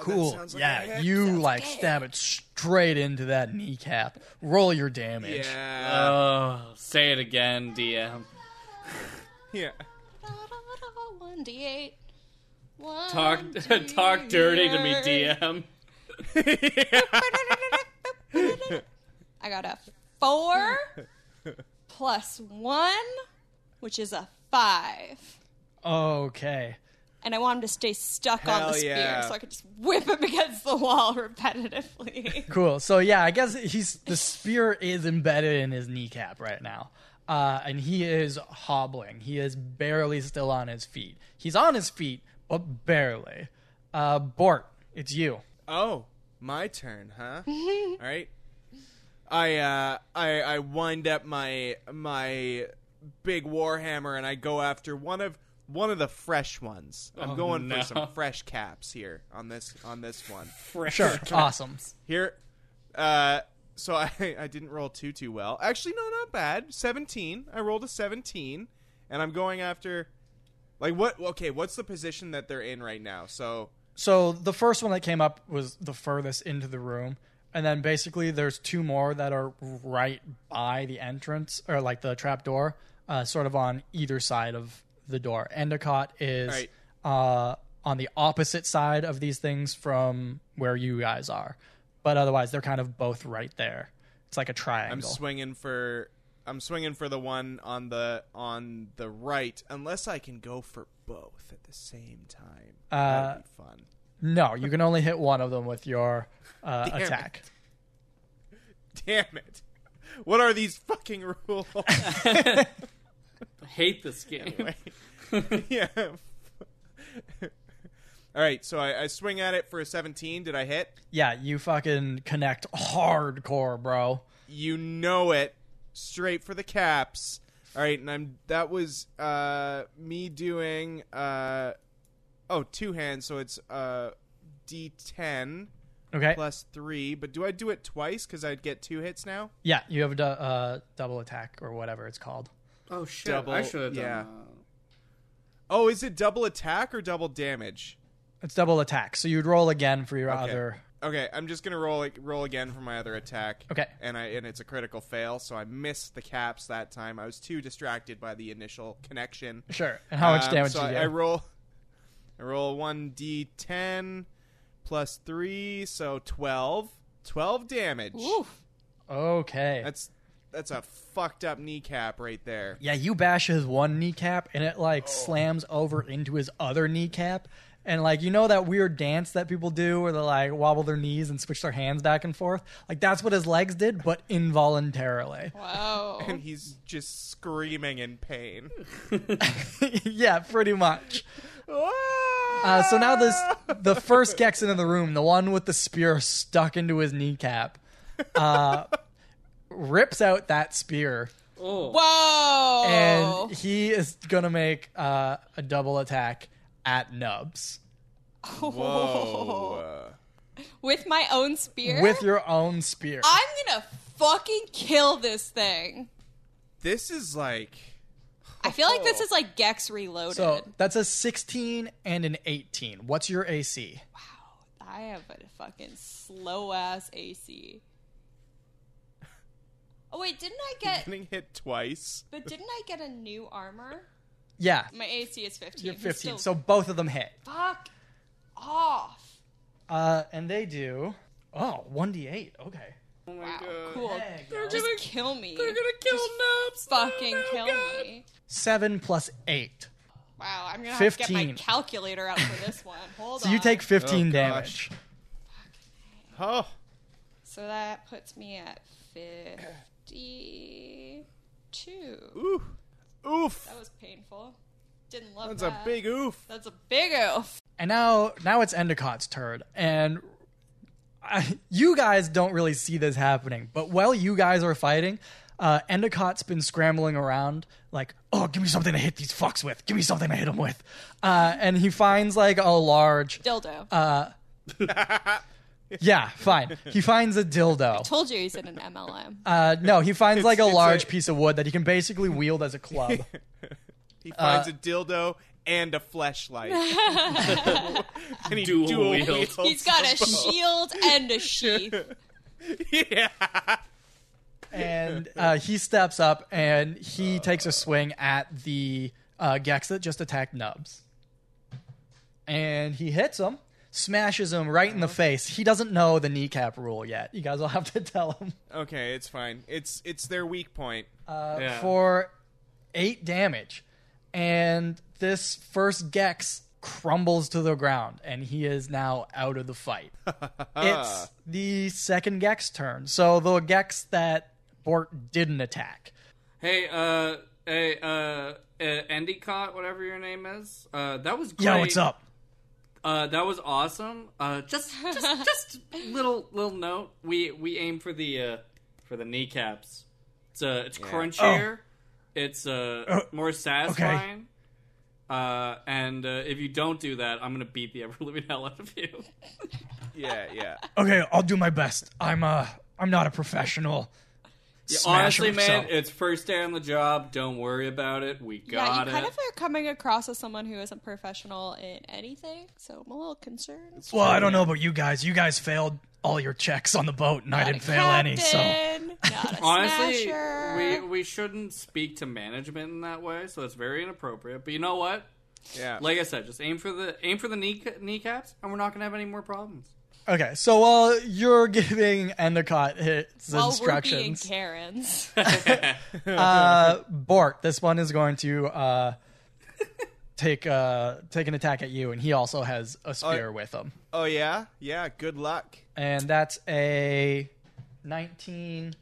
A: cool. Yeah, you like stab it straight into that kneecap. Roll your damage.
D: Yeah. Uh,
B: Oh, say it again, DM.
D: yeah.
F: 1d8. One,
B: Talk,
F: d-
B: talk dirty to me, DM.
F: I got a 4 plus 1, which is a 5.
A: Okay.
F: And I want him to stay stuck on
D: Hell
F: the spear
D: yeah.
F: so I could just whip him against the wall repetitively.
A: Cool. So yeah, I guess he's the spear is embedded in his kneecap right now. Uh, and he is hobbling. He is barely still on his feet. He's on his feet, but barely. Uh, Bort, it's you.
D: Oh, my turn, huh? All right. I uh I I wind up my my big warhammer and I go after one of one of the fresh ones. I'm
B: Oh,
D: going
B: no.
D: for some fresh caps here on this on this one.
A: Sure. awesome.
D: Here uh so I I didn't roll too too well. Actually no, not bad. 17. I rolled a 17 and I'm going after like what okay, what's the position that they're in right now? So
A: So the first one that came up was the furthest into the room, and then basically there's two more that are right by the entrance or like the trap door, uh, sort of on either side of the door. Endicott is
D: Right.
A: uh, on the opposite side of these things from where you guys are, but otherwise they're kind of both right there. It's like a
D: I'm
A: triangle.
D: swinging for I'm swinging for the one on the on the right unless I can go for both at the same time.
A: Uh,
D: That'd be fun.
A: no, you can only hit one of them with your uh,
D: it.
A: attack.
D: Damn it. What are these fucking rules?
B: I hate this game.
D: yeah. All right, so I, I swing at it for a 17. Did I hit?
A: Yeah, you fucking connect hardcore, bro.
D: You know it. Straight for the caps. All right, and I'm that was uh me doing uh oh, two hands, so it's uh D10.
A: Okay.
D: plus three. But do I do it twice? Because I'd get two hits now.
A: Yeah, you have a du- uh, double attack or whatever it's called.
B: Oh shit!
D: Double-
B: I should have done.
D: yeah.
B: that.
D: Oh, is it double attack or double damage?
A: It's double attack. So you'd roll again for your
D: Okay.
A: other.
D: Okay, I'm just gonna roll like roll again for my other attack.
A: Okay.
D: and I and it's a critical fail, so I missed the caps that time. I was too distracted by the initial connection.
A: Sure. And how much
D: Um,
A: damage
D: so
A: did
D: I,
A: you
D: I
A: get?
D: roll. I roll one d10 plus three, so twelve. Twelve damage.
F: Oof.
A: okay.
D: That's that's a fucked up kneecap right there.
A: Yeah, you bash his one kneecap and it
D: Oh.
A: like slams over into his other kneecap. And like you know that weird dance that people do where they like wobble their knees and switch their hands back and forth? Like that's what his legs did, but involuntarily.
F: Wow.
D: And he's just screaming in pain.
A: yeah, pretty much. Uh, so now this the first Gexon in the room, the one with the spear stuck into his kneecap, uh, rips out that spear,
F: Whoa. Oh.
A: and he is gonna make uh, a double attack at Nubs
D: Whoa.
F: With my own spear?
A: with your own spear.
F: I'm gonna fucking kill this thing.
D: this is like
F: I feel like this is like Gex reloaded.
A: Oh. so that's a 16 and an 18. What's your AC?
F: I have a fucking slow ass AC. Oh wait, didn't I get
D: getting hit twice.
F: but didn't I get a new armor?
A: Yeah,
F: My AC is 15.
A: you're
F: I'm
A: 15.
F: still-
A: So both of them hit.
F: fuck off.
A: Uh, and they do. Oh, 1d8. Okay.
F: Wow, cool.
A: They're
F: Just kill me.
B: They're gonna kill Nubs.
F: fucking
B: Oh,
F: kill
B: God.
F: me.
A: 7 plus 8.
F: Wow, I'm gonna have to get my
A: 15.
F: calculator out for this one. Hold
A: So
F: on.
A: you take 15
D: Oh,
A: damage.
D: gosh. Oh,
F: So that puts me at 52.
D: oof, oof.
F: That was painful. Didn't love
D: That's a
F: that.
D: big oof.
F: That's a big oof.
A: And now now it's Endicott's turn and I, you guys don't really see this happening, but while you guys are fighting, uh, Endicott's been scrambling around like, "Oh, give me something to hit these fucks with. Give me something to hit them with." Uh, and he finds like a large
F: Dildo.
A: Yeah, fine. He finds a dildo.
F: Told you he's in an MLM.
A: Uh, no, he finds like a
D: it's
A: large
D: a-
A: piece of wood that he can basically wield as a club.
D: He finds a dildo and a fleshlight. and he
B: Dual
D: dual,
B: wield.
D: wields
F: he's got
D: them
F: a
D: both.
F: shield and a sheath.
D: Yeah.
A: and uh, he steps up and
D: Uh.
A: he takes a swing at the uh, Gex that just attacked Nubs. And he hits him, smashes him right in the
D: Uh-huh.
A: face. He doesn't know the kneecap rule yet. You guys will have to tell him.
D: Okay, it's fine. It's it's their weak point.
B: Yeah.
A: For eight damage. And this first Gex crumbles to the ground and he is now out of the fight. it's the second Gex turn. So the Gex that Bort didn't attack.
B: Hey, uh, hey, uh, uh, Endicott, whatever your name is. Uh, that was great.
A: Yo, what's up?
B: Uh, that was awesome. Uh, just, just, just little, little note. We we aim for the uh, for the kneecaps. It's uh, it's crunchier.
A: Oh.
B: It's uh, more satisfying. Uh, and uh, if you don't do that, I'm gonna beat the ever living hell out of you.
D: Yeah, yeah.
A: okay, I'll do my best. I'm uh I'm not a professional.
B: Honestly,
A: smasher,
B: man,
A: so-
B: it's first day on the job. Don't worry about it. We
F: yeah,
B: got
F: you kind
B: it.
F: of are coming across as someone who isn't professional in anything, so I'm a little concerned.
A: well, I don't know about you guys. You guys failed all your checks on the boat, and I didn't fail any. So
F: Captain, not a
B: Honestly,
F: smasher.
B: we we shouldn't speak to management in that way, so that's very inappropriate. But you know what?
D: Yeah.
B: Like I said, just aim for the aim for the knee kneecaps, and we're not gonna have any more problems.
A: okay, so while you're giving Endicott his
F: While we're being
A: instructions,
F: Karens.
A: uh, Bort, this one is going to uh, take uh, take an attack at you, and he also has a spear with him,
D: oh yeah? Yeah, good luck.
A: and that's a nineteen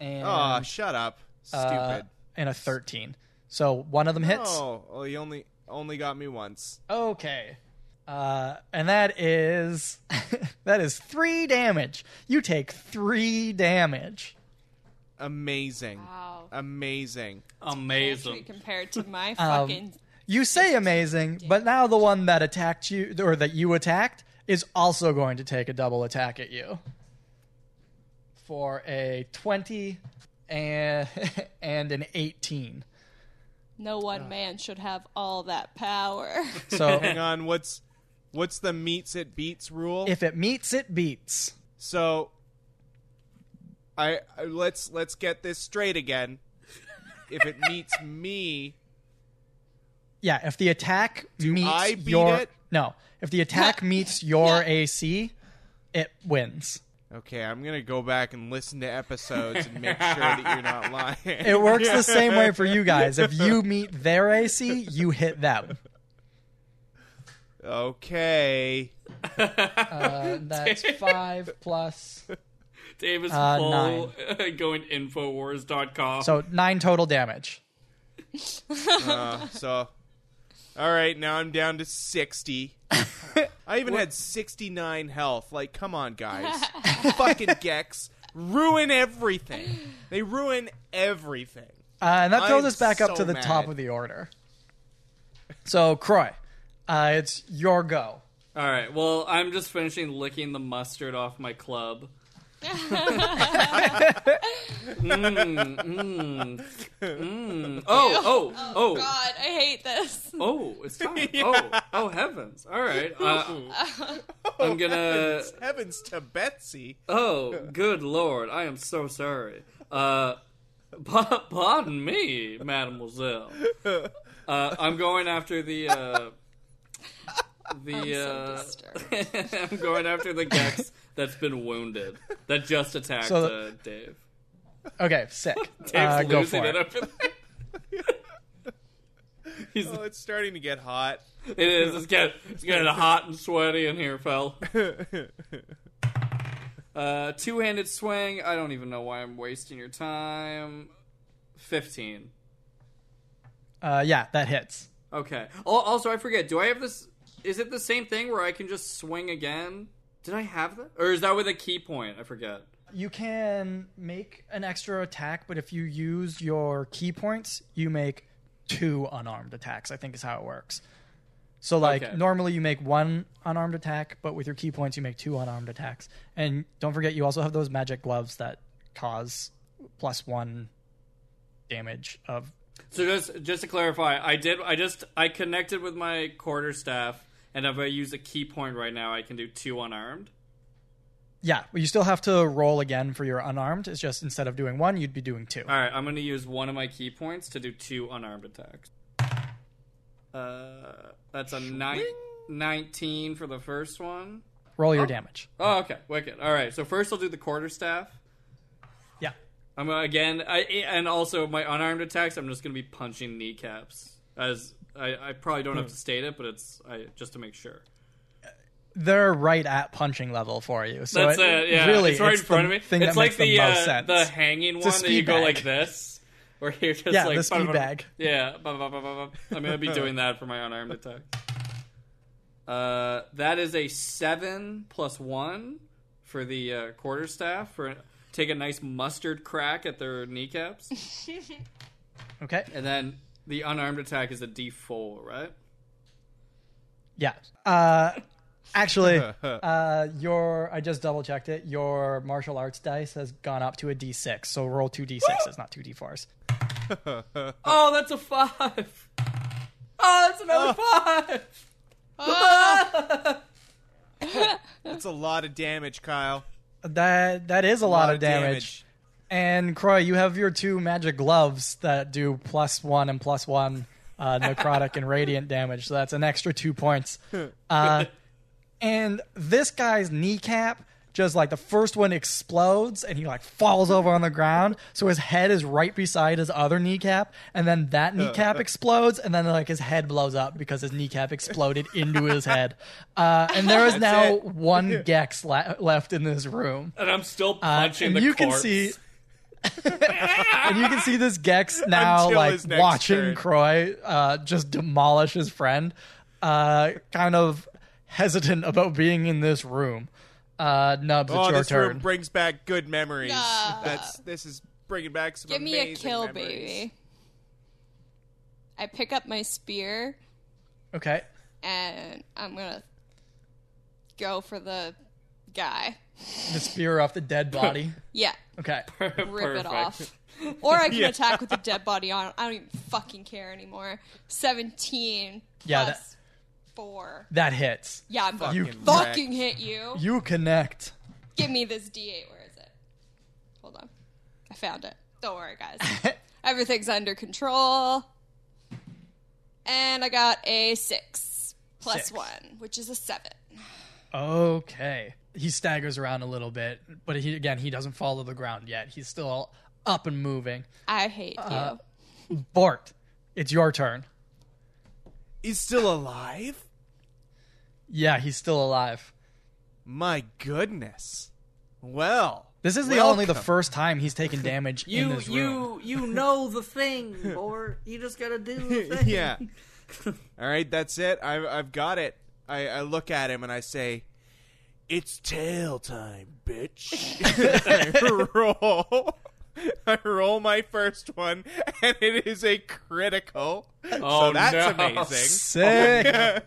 A: and
D: Oh, shut up. Stupid.
A: uh, and a thirteen. So one of them hits.
D: oh, well, he only only got me once.
A: Okay. Uh, and that is that is three damage. You take three damage.
D: Amazing.
F: wow.
D: Amazing.
B: Amazing.
F: Compared to
A: Um,
F: my fucking
A: You say amazing, but now the one that attacked you or that you attacked is also going to take a double attack at you for a twenty and and an eighteen.
F: no
A: uh,
F: one man should have all that power.
A: So
D: Hang on, what's what's the meets it beats rule?
A: if it meets, it beats.
D: So I, I let's let's get this straight again. If it meets me,
A: Yeah, if the attack meets
D: I beat
A: your
D: it?
A: no, if the attack meets your
F: Yeah.
A: AC, it wins.
D: Okay, I'm gonna go back and listen to episodes and make sure that you're not lying.
A: It works the same way for you guys. If you meet their AC, you hit them.
D: Okay.
A: Uh, that's five plus.
B: Dave is
A: Uh,
B: full going infowars.com.
A: So nine total damage.
D: Uh, so, all right, now I'm down to 60. I even had 69 health. Like, come on, guys. Fucking Gex. Ruin everything. They ruin everything.
A: Uh, and that throws
D: I'm
A: us back up
D: so
A: to the
D: mad.
A: top of the order. So, Croy, uh, it's your go.
B: All right. Well, I'm just finishing licking the mustard off my club. mm, mm, mm. Oh, oh,
F: Oh,
B: oh,
F: God, I hate this.
B: oh! It's time. Oh, oh heavens! All right. Uh,
A: Oh.
B: I'm gonna.
D: Heavens, heavens to Betsy.
B: Oh, good lord! I am so sorry. Uh, pa- pardon me, Mademoiselle. Uh, I'm going after the. Uh, the
F: so
B: uh,
F: disturbed.
B: I'm going after the Gex that's been wounded that just attacked
A: So-
B: uh, Dave.
A: Okay, sick.
B: Dave's
A: Uh, go
B: losing
A: for
B: it
A: it.
B: over there. He's,
D: Oh, it's starting to get hot.
B: it is. It's getting, it's getting hot and sweaty in here, fell. Uh, two-handed swing. I don't even know why I'm wasting your time. Fifteen.
A: Uh, yeah, that hits.
B: Okay. Al- Also, I forget. Do I have this? Is it the same thing where I can just swing again? Did I have that, or is that with a key point? I forget.
A: You can make an extra attack, but if you use your key points, you make two unarmed attacks, I think is how it works. So, like,
B: Okay.
A: normally you make one unarmed attack, but with your key points, you make two unarmed attacks. And don't forget, you also have those magic gloves that cause plus one damage of.
B: So just just to clarify, I did I just I connected with my quarter staff and if I use a key point right now I can do two unarmed.
A: Yeah, but you still have to roll again for your unarmed. It's just instead of doing one, you'd be doing two.
B: All right, I'm going to use one of my key points to do two unarmed attacks. Uh that's a nine, 19 for the first one.
A: Roll your damage.
B: Oh, okay. Wicked. All right. So first I'll do the quarter staff.
A: Yeah.
B: I'm gonna- again I and also my unarmed attacks I'm just going to be punching kneecaps as I, I probably don't have
A: Hmm.
B: to state it, but it's I just to make sure.
A: they're right at punching level for you. So
B: That's it. Yeah,
A: really,
B: it's right in front
A: the
B: of me.
A: Thing
B: it's
A: that
B: like
A: makes
B: the
A: the, most
B: uh,
A: sense.
B: the hanging
A: a
B: one that you
A: speed
B: go
A: bag.
B: like this, where you're just
A: Yeah,
B: like
A: the speed
B: bum, bum, bum.
A: bag.
B: Yeah, bum, bum, bum, bum, bum. I'm gonna be doing that for my unarmed attack. Uh, that is a seven plus one for the uh, quarter staff for take a nice mustard crack at their kneecaps,
A: okay.
B: and then the unarmed attack is a D4, right?
A: Yeah. Uh, actually, uh, your I just double checked it. Your martial arts dice has gone up to a d6. So roll two d6s, not two d4s.
B: Oh, that's a five. Oh, that's another five.
D: That's a lot of damage, Kyle.
A: That that is a lot, of damage. And Croy, you have your two magic gloves that do plus one and plus one uh, necrotic and radiant damage. So that's an extra two points.
B: Hmm.
A: Uh, and this guy's kneecap just like the first one explodes and he like falls over on the ground. So his head is right beside his other kneecap. And then that kneecap explodes. And then like his head blows up because his kneecap exploded into his head. Uh, and there is now
D: it.
A: one Gex le- left in this room.
B: And I'm still
A: Uh,
B: punching
A: and
B: the
A: you
B: corpse.
A: can see and you can see this gex now
D: Until
A: like
D: his next
A: watching
D: turn.
A: croy uh, just demolish his friend uh, kind of hesitant about being in this room uh, nubs
D: Oh,
A: it's your
D: this
A: turn
D: room brings back good memories.
F: Yeah.
D: That's this is bringing back some.
F: Give me a
D: amazing
F: kill,
D: memories.
F: baby. I pick up my spear
A: okay
F: and I'm gonna go for the guy.
A: the spear off the dead body
F: Yeah,
A: okay
F: rip it off. Or I can attack with the dead body on. I don't even fucking care anymore. Seventeen
A: Yeah,
F: plus
A: that-
F: four.
A: that hits
F: Yeah, I'm gonna
A: You
F: fucking,
D: wrecked.
F: hit you.
A: you connect
F: Give me this D8. Where is it? Hold on. I found it. Don't worry, guys. Everything's under control. And I got a six plus
A: Six.
F: one, which is a seven.
C: Okay. He staggers around a little bit, but he again he doesn't fall to the ground yet. He's still up and moving.
F: I hate
A: Uh-huh.
F: you.
C: Bort, it's your turn.
D: He's still alive?
C: Yeah, he's still alive.
D: My goodness. Well,
C: This is the only the first time he's taken damage in
B: You
C: this room.
B: you you know the thing, or you just gotta do the thing.
D: yeah. All right, that's it. I've, I've got it. I, I look at him and I say, "It's tail time, bitch." I roll. I roll my first one, and it is a critical.
B: Oh,
D: so that's
B: no.
D: amazing.
C: Sick.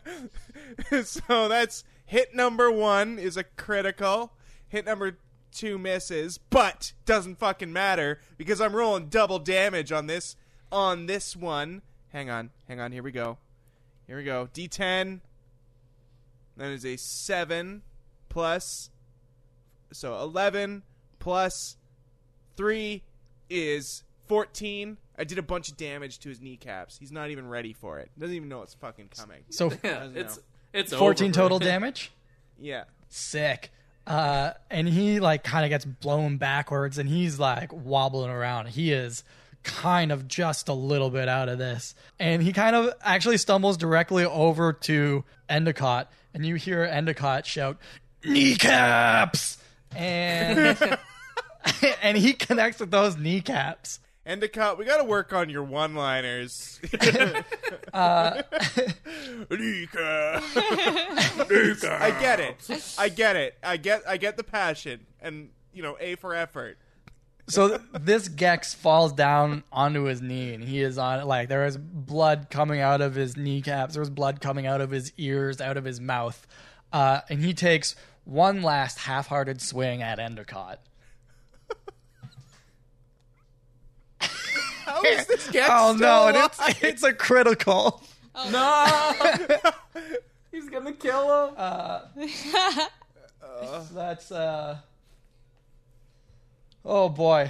D: so that's hit number one is a critical. Hit number two misses, but doesn't fucking matter because I'm rolling double damage on this on this one. Hang on, hang on. Here we go. Here we go. D10. That is a seven plus, so eleven plus three is fourteen. I did a bunch of damage to his kneecaps. He's not even ready for it. Doesn't even know it's fucking coming.
C: So
B: Yeah, it's
D: know.
B: it's
C: 14
B: over,
C: total
B: right?
C: damage.
D: Yeah.
C: Sick. Uh, and he like kind of gets blown backwards, and he's like wobbling around. He is kind of just a little bit out of this, and he kind of actually stumbles directly over to Endicott, and you hear Endicott shout, "Kneecaps!" and and he connects with those kneecaps.
D: Endicott, we got to work on your one-liners. Nika. I get it. I get it. I get. I get the passion, and you know, A for effort.
C: so th- this gex falls down onto his knee and he is on like there is blood coming out of his kneecaps there was blood coming out of his ears out of his mouth uh, and he takes one last half-hearted swing at endicott
D: How is this guy
C: oh
D: still
C: no and
D: alive?
C: it's, it's a critical
B: He's gonna kill him.
C: Uh, that's uh oh boy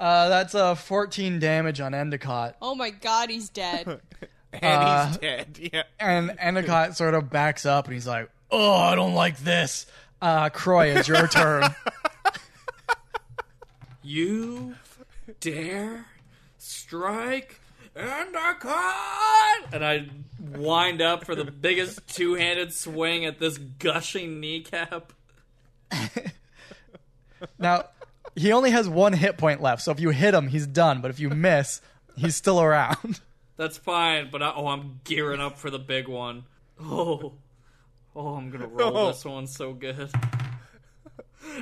C: uh, that's uh, 14 damage on endicott
F: oh my god, he's dead.
D: and
C: uh,
D: he's dead. Yeah.
C: and endicott sort of backs up and he's like oh i don't like this uh, croy it's your turn
B: You dare strike Endicott! And I wind up for the biggest two handed swing at this gushing kneecap.
C: Now, he only has one hit point left, so if you hit him, he's done. But if you miss, he's still around.
B: That's fine, but I, oh, I'm gearing up for the big one. Oh, oh, I'm gonna roll
D: Oh.
B: this one so good.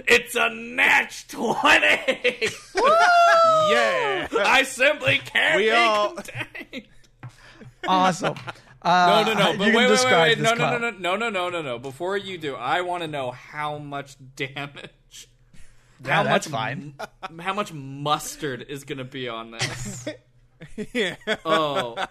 B: It's a natch twenty.
D: Yeah.
B: I simply can't
D: We
B: be
D: all-
B: contained.
C: Awesome.
B: No,
C: Uh,
B: no, no.
C: you can
B: But wait, wait, wait,
C: describe
B: wait. No,
C: this
B: no, no,
C: cloud.
B: no, no, no, no, no, no. Before you do, I want to know how much damage. how
C: that's
B: much,
C: fine.
B: m- How much mustard is going to be on this?
D: yeah.
B: Oh,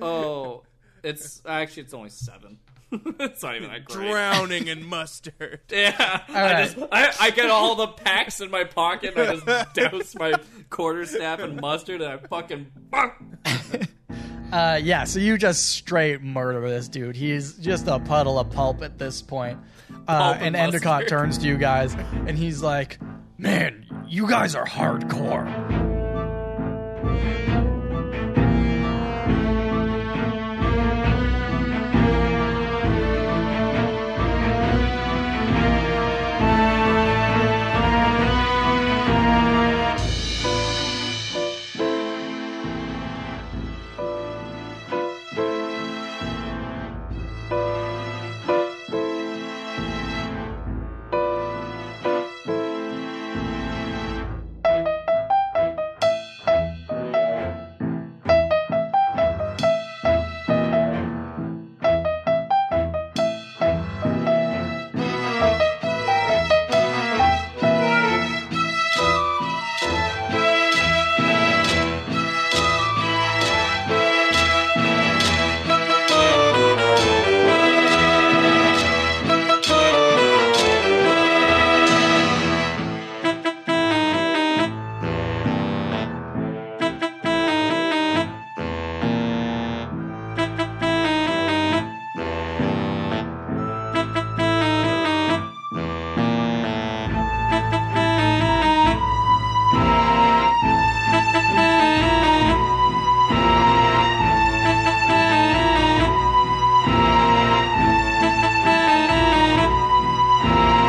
B: oh. It's actually it's only seven. it's not even that great.
D: Drowning in mustard.
B: Yeah, I
C: right.
B: just I, I get all the packs in my pocket. and I just douse my quarterstaff in mustard, and I fucking.
C: Uh, yeah, so you just straight murder this dude. He's just a puddle of pulp at this point. Uh,
B: Pulp and
C: and Endicott
B: mustard.
C: turns to you guys, and he's like, "Man, you guys are hardcore."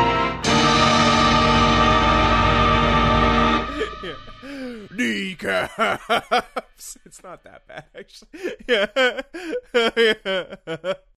D: kneecaps. It's not that bad, actually. Yeah. yeah.